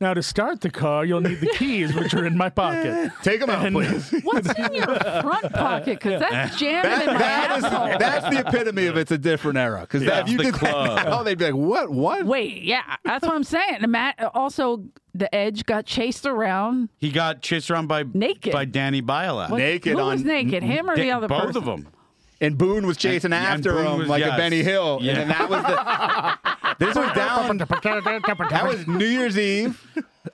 S3: Now, to start the car, you'll need the keys, which are in my pocket.
S4: Take him out,
S3: And-
S4: please.
S2: What's in your front pocket? Because that's jamming in my
S4: That is,
S2: asshole.
S4: that's the epitome of it's a different era. Because that if
S5: It's
S4: you
S5: the
S4: did
S5: club.
S4: that now, they'd be like, "What? What?"
S2: Wait, yeah, that's what I'm saying. And Matt uh, also the Edge got chased around
S5: He got chased around by
S2: Naked.
S5: by Danny Bylak.
S2: What-
S4: Naked
S2: Who
S4: on-
S2: was naked? Him or the other
S5: both
S2: person?
S5: of them.
S4: And Boone was chasing
S5: And- and
S4: after
S5: Boone
S4: him
S5: was-
S4: like a
S5: yes.
S4: Benny Hill,
S5: Yeah.
S4: and then that was the. this was down. That was New Year's Eve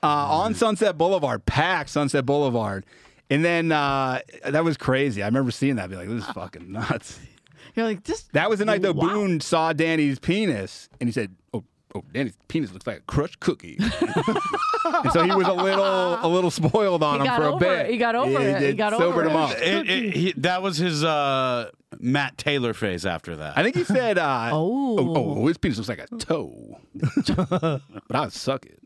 S4: uh, on Sunset Boulevard, packed Sunset Boulevard, and then uh, that was crazy. I remember seeing that, be like, "This is fucking nuts."
S2: You're like this.
S4: That was the night though
S2: Wow.
S4: Boone saw Danny's penis and he said, "Oh, oh, Danny's penis looks like a crushed cookie." and so he was a little, a little spoiled on
S2: He
S4: him
S2: got
S4: for a
S2: over
S4: bit.
S2: it. He got over it. He got over
S4: sobered him
S2: it.
S4: up.
S5: It, it, he, that was his uh, Matt Taylor phase after that.
S4: I think he said, uh,
S2: Oh.
S4: oh, oh, his penis looks like a toe," but I suck it.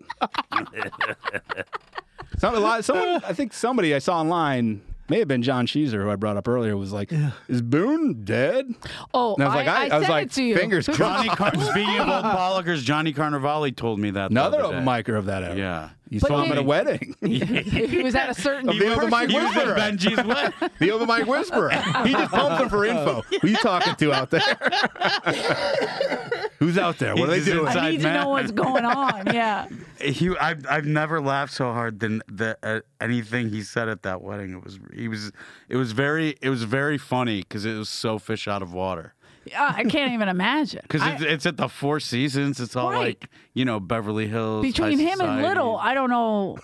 S4: Some, a lot, someone, I think somebody I saw online. May have been John Cheeser, who I brought up earlier, was like, "Is Boone dead?"
S2: Oh,
S4: And I was like, "I, I was
S2: sent
S4: like,
S2: it to you.
S4: fingers
S5: Johnny
S4: crossed."
S5: Car- speaking of old Bollockers, Johnny Carnivale told me that. the
S4: Another
S5: other
S4: open
S5: day.
S4: micer of that era.
S5: Yeah.
S4: You
S2: But
S4: saw him
S2: he-
S4: at a wedding.
S2: he was at a certain.
S4: He was
S2: person-
S4: the Mike
S5: He was in
S4: Whisperer.
S5: Benji's way.
S4: the open mic whisperer. He just pumps them for info. Who you talking to out there? Who's out there? What are they
S5: He's just
S4: doing?
S5: inside.
S2: I need to
S5: Matt.
S2: know what's going on. Yeah.
S5: He, I've, I've never laughed so hard than the uh, anything he said at that wedding. It was he was it was very it was very funny because it was so fish out of water.
S2: Uh, I can't even imagine.
S5: Because
S2: I-
S5: it's, it's at the Four Seasons. It's all
S2: Right.
S5: like you know Beverly Hills.
S2: between
S5: high
S2: him and
S5: society.
S2: Little, I don't know.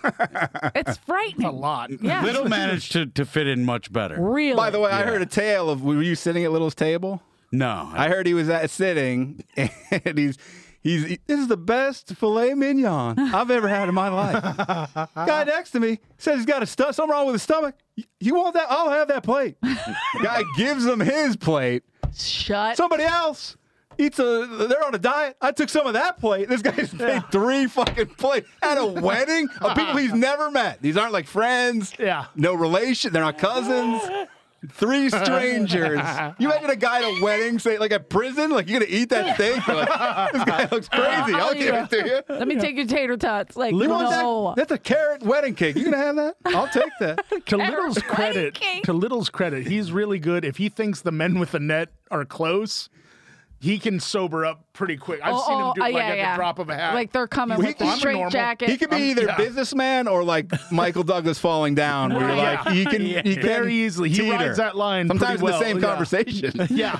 S2: It's frightening. a lot. Yeah.
S5: Little managed to, to fit in much better.
S2: Really.
S4: By the way, I heard a tale of were you sitting at Little's table?
S5: No,
S4: I heard he was at sitting and he's he's this is the best filet mignon I've ever had in my life. Guy next to me says he's got a stuff something wrong with his stomach. You- You want that? I'll have that plate. Guy gives him his plate.
S2: Shut.
S4: Somebody else eats a. They're on a diet. I took some of that plate. This guy's made three fucking plates at a wedding of people he's never met. These aren't like friends.
S3: Yeah.
S4: No relation. They're not cousins. Three strangers. You imagine a guy at a wedding, say like at prison, like you're gonna eat that steak. You're like, this guy looks crazy. I'll give it to you.
S2: Let me take your tater tots. Like,
S4: You want that?
S2: no.
S4: That's a carrot wedding cake. You gonna have that? I'll take that.
S3: To Little's credit,
S2: cake.
S3: to Little's credit, he's really good. If he thinks the men with the net are close, he can sober up pretty quick. I've seen him do
S2: oh,
S3: it like
S2: yeah,
S3: at
S2: yeah.
S3: the drop of a hat.
S2: Like they're coming
S3: He-
S2: with
S3: I'm
S2: a
S3: a
S2: straight
S3: normal-
S2: jacket.
S4: He could be either
S3: yeah.
S4: businessman or like Michael Douglas falling down. Where you're like,
S3: Yeah.
S4: you can,
S3: Yeah.
S4: you can
S3: Very easily. He
S4: teeter.
S3: rides that line pretty
S4: Sometimes
S3: well,
S4: in the same
S3: yeah.
S4: conversation.
S3: yeah,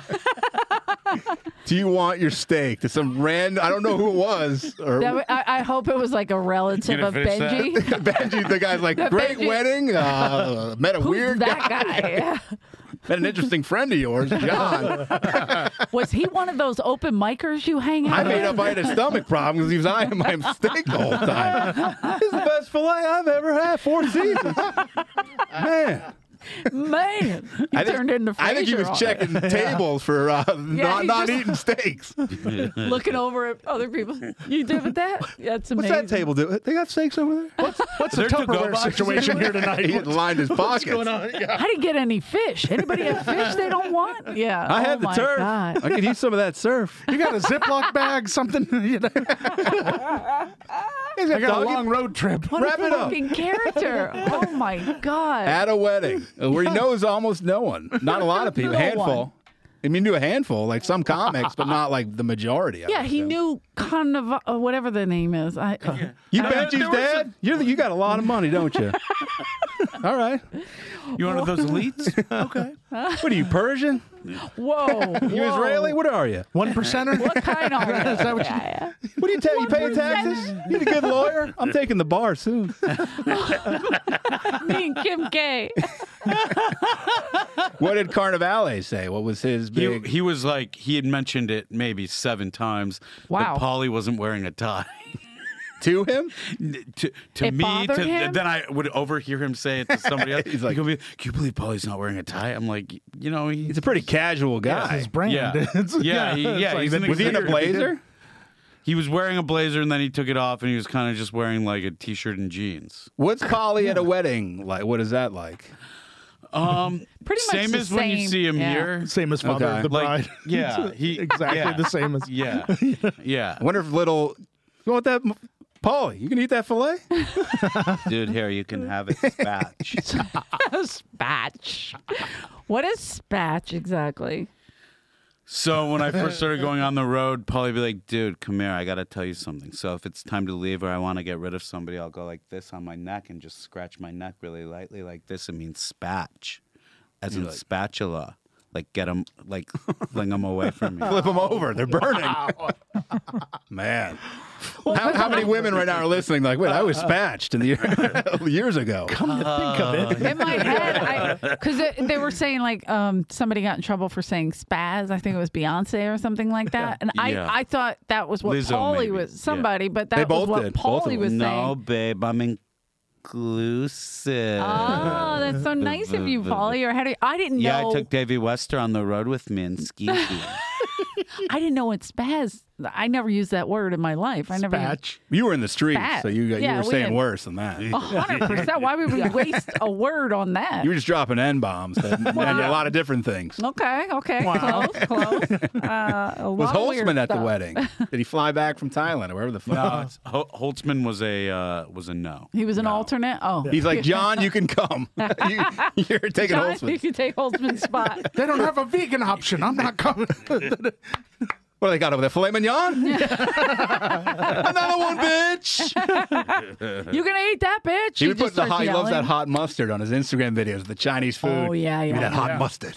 S4: Do you want your steak? To some random, I don't know who it was.
S2: That
S4: Or
S2: w- I, I hope it was like a relative
S5: gonna
S2: of
S5: finish that?
S2: Benji.
S4: Benji, the guy's like, great
S2: Benji-
S4: wedding. Uh, met a
S2: Who's
S4: weird
S2: that
S4: guy.
S2: guy? Yeah.
S4: Met an interesting friend of yours, John.
S2: Was he one of those open micers you hang out
S4: I made
S2: with?
S4: up I had a stomach problem because he was eyeing my steak the whole time. This is the best fillet I've ever had. Four seasons. Man.
S2: Man, you turned into Frasier
S4: I think he was
S2: on it.
S4: checking tables for uh, not,
S2: he
S4: not
S2: just-
S4: eating steaks.
S2: looking over at other people. You did with that? That's
S4: What's
S2: amazing.
S4: that table do? They got steaks over there? What's,
S3: what's the
S5: There to-go
S3: Tupperware
S5: boxes
S3: situation here
S4: he
S3: tonight?
S4: had lined his pockets.
S2: I didn't get any fish. Anybody have fish they don't want? Yeah.
S4: I
S2: oh
S4: had the
S2: my
S4: turf.
S2: God.
S4: I could use some of that surf.
S3: You got a Ziploc bag, something? You know? I got a
S4: doggy-
S3: long road trip.
S2: What
S4: Wrap
S2: a
S4: it up.
S2: fucking character. Oh my God.
S4: at a wedding where he knows almost no one. Not a lot of people.
S2: No
S4: handful.
S2: one.
S4: I mean, he knew a handful, like some comics, but not like the majority. I
S2: yeah,
S4: would
S2: he
S4: assume.
S2: knew Carnival, uh, whatever the name is. I,
S4: You
S5: Uh, there
S4: Benji's
S5: was
S4: dad. You're the, you got a lot of money, don't you? All right.
S5: You one of those elites? Okay.
S4: What are you Persian?
S2: whoa.
S4: You
S2: whoa.
S4: Israeli? What are you?
S3: One percenter.
S2: What kind are you? Yeah, yeah.
S4: What do you tell? You paying taxes? You a good lawyer? I'm taking the bar soon.
S2: Me and Kim K.
S4: What did Carnivale say? What was his
S5: He,
S4: big?
S5: he was like he had mentioned it maybe seven times.
S2: Wow.
S5: That Polly wasn't wearing a tie.
S4: to him?
S5: to to
S2: It
S5: me,
S2: bothered
S5: to,
S2: him?
S5: then I would overhear him say it to somebody else.
S4: He's
S5: He's
S4: like-
S5: like, Can you believe Polly's not wearing a tie? I'm like, you know, he,
S4: He's a pretty casual guy.
S3: his brand.
S5: Yeah.
S3: It's-
S5: Yeah, he-
S3: it's
S5: yeah, he's an
S4: was he in a
S5: weird.
S4: blazer?
S5: he was wearing a blazer and then he took it off and he was kind of just wearing like a t-shirt and jeans.
S4: What's Polly at a wedding like? What is that like?
S5: Um,
S2: Pretty much
S5: same
S2: the
S5: as when you
S2: same,
S5: see him
S2: yeah.
S5: here.
S3: Same as father
S4: Okay.
S3: of the bride.
S5: Like, yeah, he-
S3: exactly
S5: yeah.
S3: the same as.
S5: Yeah, yeah.
S4: I wonder if little. You want that, Polly? You can eat that fillet.
S5: Dude, here you can have it. Batch.
S2: spatch. What is spatch exactly?
S5: So when I first started going on the road, Polly be like, "Dude, come here. I gotta tell you something. So if it's time to leave or I want to get rid of somebody, I'll go like this on my neck and just scratch my neck really lightly like this. It means spatch, as in spatula. Like get them, like fling them away from me.
S4: Flip them over. They're burning. Man. How, how many women right now are listening? Like, wait, I was
S2: Uh,
S4: spatched in the year, years ago.
S2: In my head, because they were saying like um, somebody got in trouble for saying spaz. I think it was Beyonce or something like that. And
S5: Yeah.
S2: I, I thought that was what
S5: Lizzo,
S2: Paulie
S5: maybe.
S2: was
S5: Yeah.
S2: somebody, but that
S4: They
S2: was
S4: both
S2: what
S4: did. Both of
S2: Paulie
S4: them.
S2: was
S5: no,
S2: saying.
S5: babe, I'm inclusive.
S2: Oh, that's so nice of you, Paulie. Or how do you, I didn't
S5: yeah,
S2: know.
S5: I took Davy Wester on the road with me and skeezy.
S2: I didn't know what spaz. I never used that word in my life. I never. used-
S3: Batch.
S4: You were in the streets,
S2: Spat.
S4: so you got,
S2: Yeah,
S4: you were
S2: we
S4: saying
S2: had- Oh.
S4: worse than that.
S2: A
S4: You
S2: hundred percent. Why would we waste a word on that?
S4: were just dropping N bombs and, and a lot of different things.
S2: okay. Okay. Close. Close. Uh, a
S4: Was
S2: lot of weird
S4: Holtzman at the
S2: stuff.
S4: wedding? Did he fly back from Thailand or wherever the fuck?
S5: no, it's, Uh, Hol- Holtzman was a uh, was a no.
S2: He was an alternate. Oh,
S4: He's like, John, you can come. you, you're taking
S2: John, you
S4: Holtzman.
S2: can take Holtzman's spot.
S3: They don't have a vegan option. I'm not coming.
S4: What do they got over there? Filet mignon? Another one, bitch.
S2: You gonna eat that bitch?
S4: He would
S2: just
S4: put the
S2: starts
S4: hot, he loves that
S2: yelling.
S4: hot mustard on his Instagram videos, the Chinese food.
S2: Oh, yeah,
S4: Give me
S2: yeah,
S4: that hot mustard.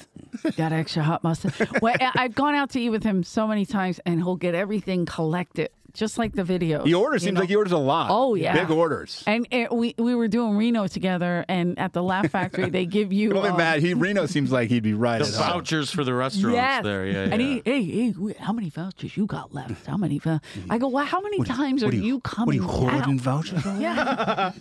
S2: Got extra hot mustard. well, I- I've gone out to eat with him so many times, and he'll get everything collected, just like the video.
S4: He orders, seems like he orders a lot.
S2: Oh, yeah.
S4: Big orders.
S2: And it, we we were doing Reno together, and at the Laugh Factory, they give you.
S4: I don't think
S2: um,
S4: Matt, he, Reno seems like he'd be right.
S5: The
S4: at home.
S5: vouchers for the restaurants
S2: Yes.
S5: there, yeah,
S2: And
S5: yeah.
S2: he, hey, hey, wait, how many vouchers you got left? How many? Vou-? I go, well, how many times are, you, coming? out?
S4: vouchers?
S2: Yeah.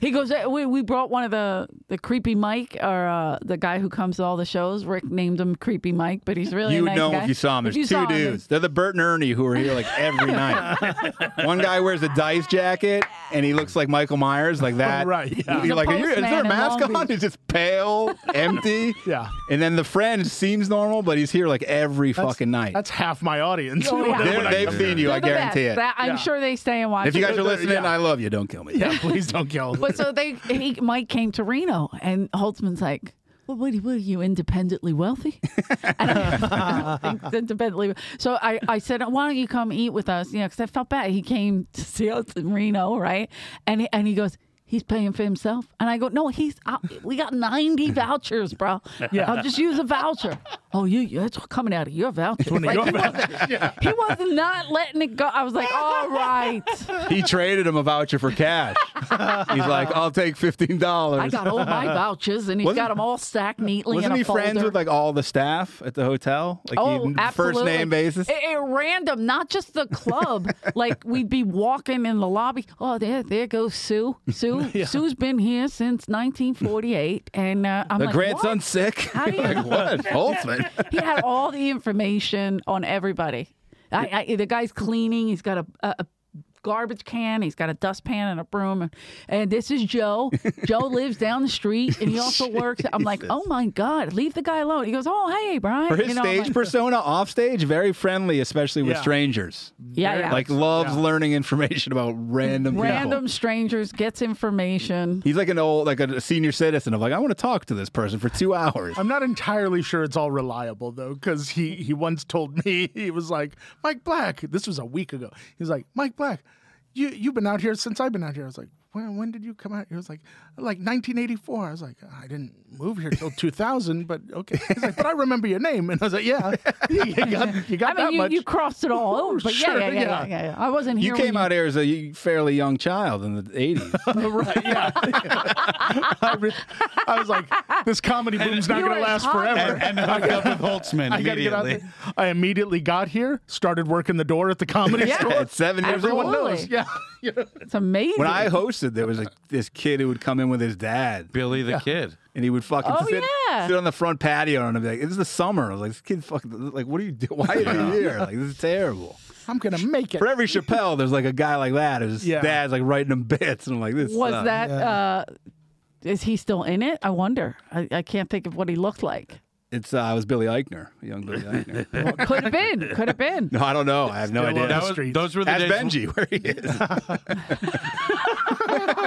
S2: he goes, "Eh, we, we brought one of the, the creepy Mike, or uh, the guy who comes to all the shows. Rick named him Creepy Mike, but he's really
S4: You
S2: a
S4: would
S2: nice
S4: know
S2: guy.
S4: if you saw him. There's
S2: If you
S4: two
S2: saw him,
S4: dudes. They're the Bert and Ernie who are here like every line. One guy wears a dice jacket and he looks like Michael Myers, like that.
S3: Right, yeah.
S4: You're like, are you, is
S2: postman
S4: there a
S2: in
S4: mask
S2: Long
S4: on?
S2: Beach.
S4: He's just pale, empty.
S3: Yeah.
S4: And then the friend seems normal, but he's here like every fucking night.
S3: That's half my audience.
S2: Oh, yeah.
S4: They're-
S3: When I-
S4: they've seen you,
S2: They're
S4: I
S2: the best.
S4: guarantee it.
S2: That- I'm
S3: Yeah.
S2: sure they stay and watch.
S4: If you
S2: it.
S4: guys are listening,
S3: yeah.
S4: I love you. Don't kill me.
S3: yeah, please don't kill.
S2: But so they, he, Mike came to Reno, and Holtzman's like, "Well, what, are you- what are you independently wealthy?" and I, I think independently. So I, I said, "Why don't you come eat with us?" You know, because I felt bad. He came to see us in Reno, right? And he, and he goes. He's paying for himself, and I go, no, he's. I, we got ninety vouchers, bro. Yeah, I'll just use a voucher. Oh, you, that's coming out of your voucher. Like, he, wasn't, he was not letting it go. I was like, all right.
S4: He traded him a voucher for cash. He's like, I'll take fifteen
S2: I
S4: dollars.
S2: got all my vouchers, and he's
S4: Wasn't-
S2: got them all stacked neatly. in
S4: Wasn't
S2: a
S4: he friends
S2: folder.
S4: with like all the staff at the hotel? Like
S2: Oh,
S4: he,
S2: absolutely.
S4: first name basis.
S2: It, it random, not just the club. like we'd be walking in the lobby. Oh, there, there goes Sue. Sue, Sue's been here since 1948, and uh, I'm
S4: the
S2: like,
S4: grandson's
S2: "What?"
S4: sick.
S2: How do you-
S4: like, what? Holtzman.
S2: He had all the information on everybody. I, I, the guy's cleaning. He's got a, a, a garbage can. He's got a dustpan and a broom. And, and this is Joe. Joe lives down the street, and he also works. I'm like, oh my god, leave the guy alone. He goes, oh hey, Brian.
S4: For his
S2: You know, I'm
S4: stage
S2: like-
S4: persona off stage, very friendly, especially with
S3: Yeah.
S4: strangers.
S2: Yeah, yeah.
S4: Like loves learning information about random people.
S2: random strangers gets information.
S4: He's like an old, like a senior citizen of like, I want to talk to this person for two hours.
S3: I'm not entirely sure it's all reliable though, because he he once told me he was like Mike Black. This was a week ago. He's like Mike Black, you you've been out here since I've been out here. I was like, when when did you come out? He was like, like 1984. I was like, I didn't move here till 2000, but okay. He's like, but I remember your name, and I was like, yeah, you got you got
S2: I
S3: that
S2: mean, you,
S3: much.
S2: you crossed it all over, but yeah,
S3: Sure,
S2: yeah, yeah, yeah,
S3: yeah.
S2: yeah, yeah. I wasn't here.
S4: you
S2: when
S4: came out here as a fairly young child in the 80s.
S3: right? Yeah. I, re- I was like, this comedy boom's not
S2: You
S3: gonna
S2: were
S3: last
S2: hot.
S3: forever.
S5: and, and hooked up with Holtzman
S3: I gotta get out
S5: immediately.
S3: there. I immediately got here, started working the door at the comedy
S2: Yeah.
S3: store.
S4: At seven years
S2: Everyone
S4: old.
S2: knows.
S3: Yeah.
S2: It's amazing.
S4: When I hosted, there was a, this kid who would come in with his dad,
S5: Billy the Kid.
S4: and he would fucking
S2: Oh,
S4: sit,
S2: yeah.
S4: sit on the front patio, and I'd be like, "It's the summer." I was like, "This kid fucking like, what are you doing? Why are you here? Like, this is terrible."
S3: I'm gonna make it.
S4: For every Chappelle, there's like a guy like that whose
S3: Yeah.
S4: dad's like writing him bits, and I'm like, "This
S2: was
S4: sucks.
S2: that. Uh, is he still in it? I wonder. I, I can't think of what he looked like.
S4: It's uh, I was Billy Eichner, young Billy Eichner.
S2: Could have been. Could have been.
S4: no, I don't know. I have no idea.
S5: That
S3: the
S5: was,
S3: streets.
S5: those were the
S4: Ask
S5: days.
S4: Benji where he is.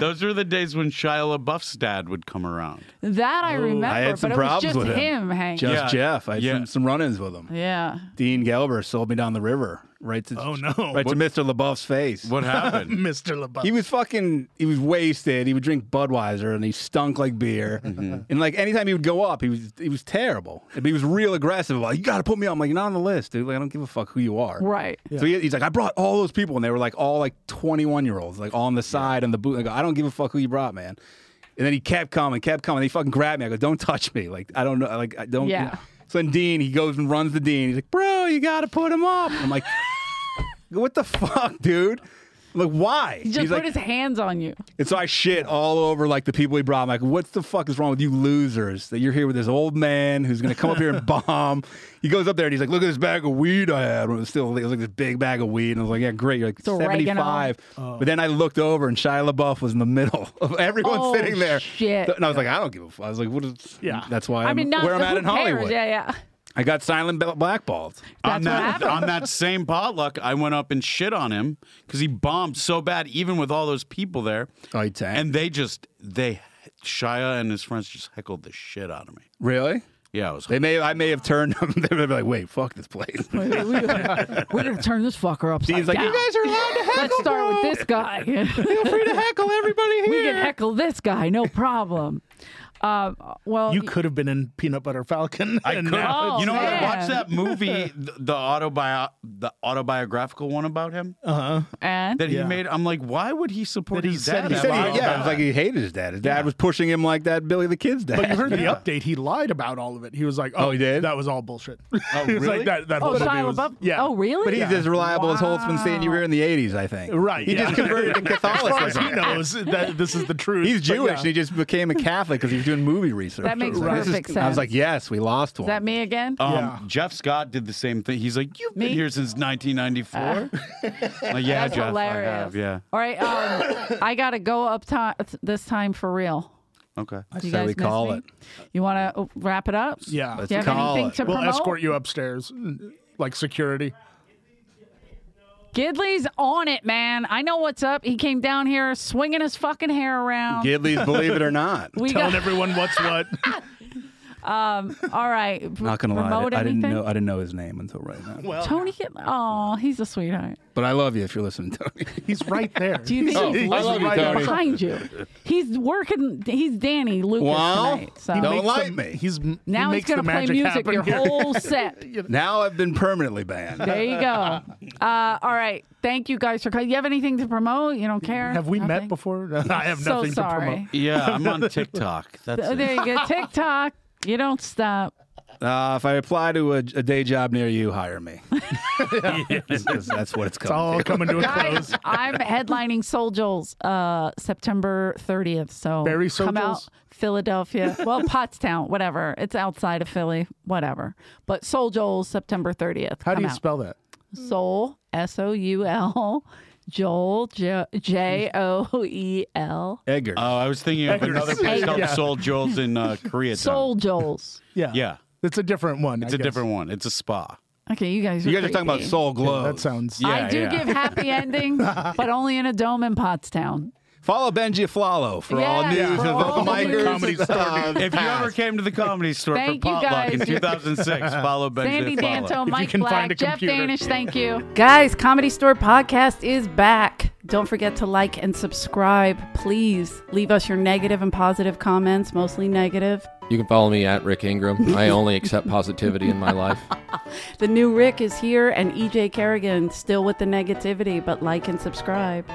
S5: Those were the days when Shia LaBeouf's dad would come around.
S2: That I remember.
S4: I had some
S2: but
S4: problems
S2: it was just
S4: with him.
S2: him, Hank.
S4: Just
S5: Yeah.
S4: Jeff. I had
S5: Yeah.
S4: some, some run-ins with him.
S2: yeah.
S4: Dean Gelber sold me down the river, right to
S3: Oh, no.
S4: right to Mr. LaBeouf's face.
S5: What happened?
S3: Mr. LeBeau.
S4: He was fucking. He was wasted. He would drink Budweiser, and he stunk like beer. And like anytime he would go up, he was he was terrible. But he was real aggressive. Like you got to put me on. I'm like you're not on the list, dude. Like I don't give a fuck who you are.
S2: Right.
S4: So he, he's like, I brought all those people, and they were like all like 21 year olds, like on the side on the boot. I go, I don't give a fuck who you brought, man. And then he kept coming, kept coming. He fucking grabbed me. I go, don't touch me. Like I don't know. Like I don't.
S2: Yeah.
S4: So then Dean, he goes and runs the Dean. He's like, bro, you got to put him up. I'm like, what the fuck, dude. I'm Like why?
S2: He just
S4: He's
S2: put
S4: like,
S2: his hands on you.
S4: and so I shit all over like the people he brought. I'm like, what the fuck is wrong with you losers that you're here with this old man who's gonna come up here and bomb? He goes up there and he's like, look at this bag of weed I had. When it was still it was like this big bag of weed. And I was like, yeah, great. You're like
S2: oregano. Oh.
S4: 75. But then I looked over and Shia LaBeouf was in the middle of everyone
S2: Oh,
S4: sitting there.
S2: shit.
S4: And I was like, I don't give a fuck. I was like, what is?
S3: Yeah.
S4: That's why I'm
S2: I mean, not
S4: where I'm at
S2: who
S4: in
S2: cares?
S4: Hollywood.
S2: Yeah, yeah.
S4: I got silent bla- blackballed.
S2: That's
S5: on
S2: what
S5: that
S2: happened.
S5: on that same potluck, I went up and shit on him because he bombed so bad, even with all those people there.
S4: Oh, he tanked.
S5: And they just they Shia and his friends just heckled the shit out of me.
S4: Really?
S5: Yeah, it was.
S4: They may I may have turned them. They were like, wait, fuck this place.
S2: Wait, wait, we- We're gonna turn this fucker upside
S4: He's like,
S2: down.
S4: you guys are allowed to heckle.
S2: Let's start
S4: bro."
S2: with this guy.
S4: Feel free to heckle everybody here.
S2: we can heckle this guy, no problem. Uh, well,
S3: you could have been in Peanut Butter Falcon.
S5: I
S3: and
S5: could.
S3: now
S2: Oh,
S5: you know,
S2: man.
S5: I watched that movie, the, the autobi- the autobiographical one about him
S4: Uh-huh.
S2: and
S5: that he made. I'm like, why would he support
S3: That he
S5: his
S3: said
S5: dad?
S3: he
S4: He
S5: that
S4: said
S5: much?
S4: he, yeah, it was like he hated his dad. His dad was pushing him like that. Billy the Kid's dad.
S3: But you heard the update. He lied about all of it. He was like, "Oh,
S4: he did?
S3: That was all bullshit." Oh,
S4: really?
S3: that, that
S2: oh,
S3: whole movie
S2: Shia
S3: was-
S2: LaBeouf.
S3: Yeah.
S2: Oh, really?
S4: But he's as reliable as Holtzman saying you were in the '80s. I think.
S3: Right,
S4: He
S3: yeah.
S4: just converted to
S3: As far as he
S4: Catholicism.
S3: knows, that this is the truth.
S4: He's
S3: But
S4: Jewish
S3: yeah.
S4: and he just became a Catholic because he was doing doing movie research.
S2: That makes
S4: I was like, this
S2: perfect
S4: is- I was
S2: sense.
S4: like, yes, we lost
S2: Is
S4: one.
S2: that me again?
S5: Um,
S3: Yeah.
S5: Jeff Scott did the same thing. He's like, you've been
S2: Me? Ah.
S5: here since 1994. Like, yeah,
S2: That's
S5: Jeff,
S2: hilarious.
S5: I have. Yeah.
S2: All right. Um, I got to go up time this time for real.
S5: Okay.
S4: I
S2: Do you
S4: said
S2: guys
S4: we
S2: miss
S4: call
S2: me?
S4: it.
S2: You want to wrap it up?
S3: Yeah.
S2: Do you have
S4: call
S2: anything
S4: it.
S2: to
S3: We'll
S2: promote?
S3: escort you upstairs, like security.
S2: Gidley's on it, man. I know what's up. He came down here swinging his fucking hair around.
S4: Gidley's Believe It or Not.
S2: we
S3: telling
S2: got
S3: everyone what's what.
S2: all right.
S4: Not gonna lie,
S2: promote
S4: I didn't
S2: anything?
S4: know I didn't know his name until right now.
S3: Well,
S2: Tony Gidley. Oh, he's a sweetheart.
S4: But I love you if you're listening, Tony.
S3: he's right there.
S2: Do you think
S4: Oh,
S2: he's
S4: I love you,
S2: listening
S4: Tony.
S2: behind you? He's working. He's Danny Lucas
S4: Wow.
S2: tonight. So.
S4: He Don't
S3: makes
S4: like
S3: the-
S4: me.
S3: He's he
S2: now he's
S3: makes
S2: gonna
S3: the
S2: play
S3: magic
S2: music
S3: happen
S2: your
S3: here.
S2: whole set.
S4: now I've been permanently banned.
S2: There you go. Uh, all right. Thank you guys for coming. You have anything to promote? You don't care?
S3: Have we
S2: Nothing?
S3: met before? I have
S2: So
S3: nothing to promote.
S2: sorry.
S5: Yeah, I'm on TikTok.
S2: Th-
S5: That's it.
S2: Oh, There you go. TikTok. You don't stop.
S4: Uh, if I apply to a, a day job near you, hire me. That's- That's what it's
S3: It's
S4: called.
S3: all coming to a close.
S2: Guys, I'm headlining Soul Joel's uh, September 30th. So
S3: Barry Soul
S2: come out,
S3: Joel's?
S2: Philadelphia. Well, Pottstown, whatever. It's outside of Philly, whatever. But Soul Joel's September 30th.
S3: How do
S2: Come
S3: you
S2: out.
S3: spell that?
S2: Soul, S O U L, Joel, J- J O E L.
S4: Edgar.
S5: Oh, I was thinking of another place called
S3: Yeah.
S5: Soul Joel's in uh, Koreatown.
S2: Soul Joel's.
S3: Yeah.
S5: Yeah.
S3: It's a different one.
S5: It's
S3: a
S5: a different one. It's a spa.
S2: Okay, you guys.
S4: you guys are talking about
S2: creepy.
S4: Soul Glow.
S3: That sounds.
S2: I do give happy endings, but only in a dome in Pottstown.
S4: Follow Benji Flalo for all news
S2: Yeah,
S4: of
S2: for all
S4: open
S2: news
S4: micers.
S2: Comedy
S4: and stuff.
S5: If you ever came to the comedy store
S2: Thank
S5: for
S2: you,
S5: potluck in
S2: guys.
S5: 2006, follow
S2: Sandy
S5: Benjamin.
S2: Danto,
S3: you
S2: Mike
S3: can find
S2: Black,
S3: a
S2: Jeff
S3: computer.
S2: Danish, thank you. Guys, Comedy Store Podcast is back. Don't forget to like and subscribe, please. Leave us your negative and positive comments, mostly negative.
S11: You can follow me at Rick Ingram. I only accept positivity in my life.
S2: E The new Rick is here, and EJ Kerrigan still with the negativity, but like and subscribe.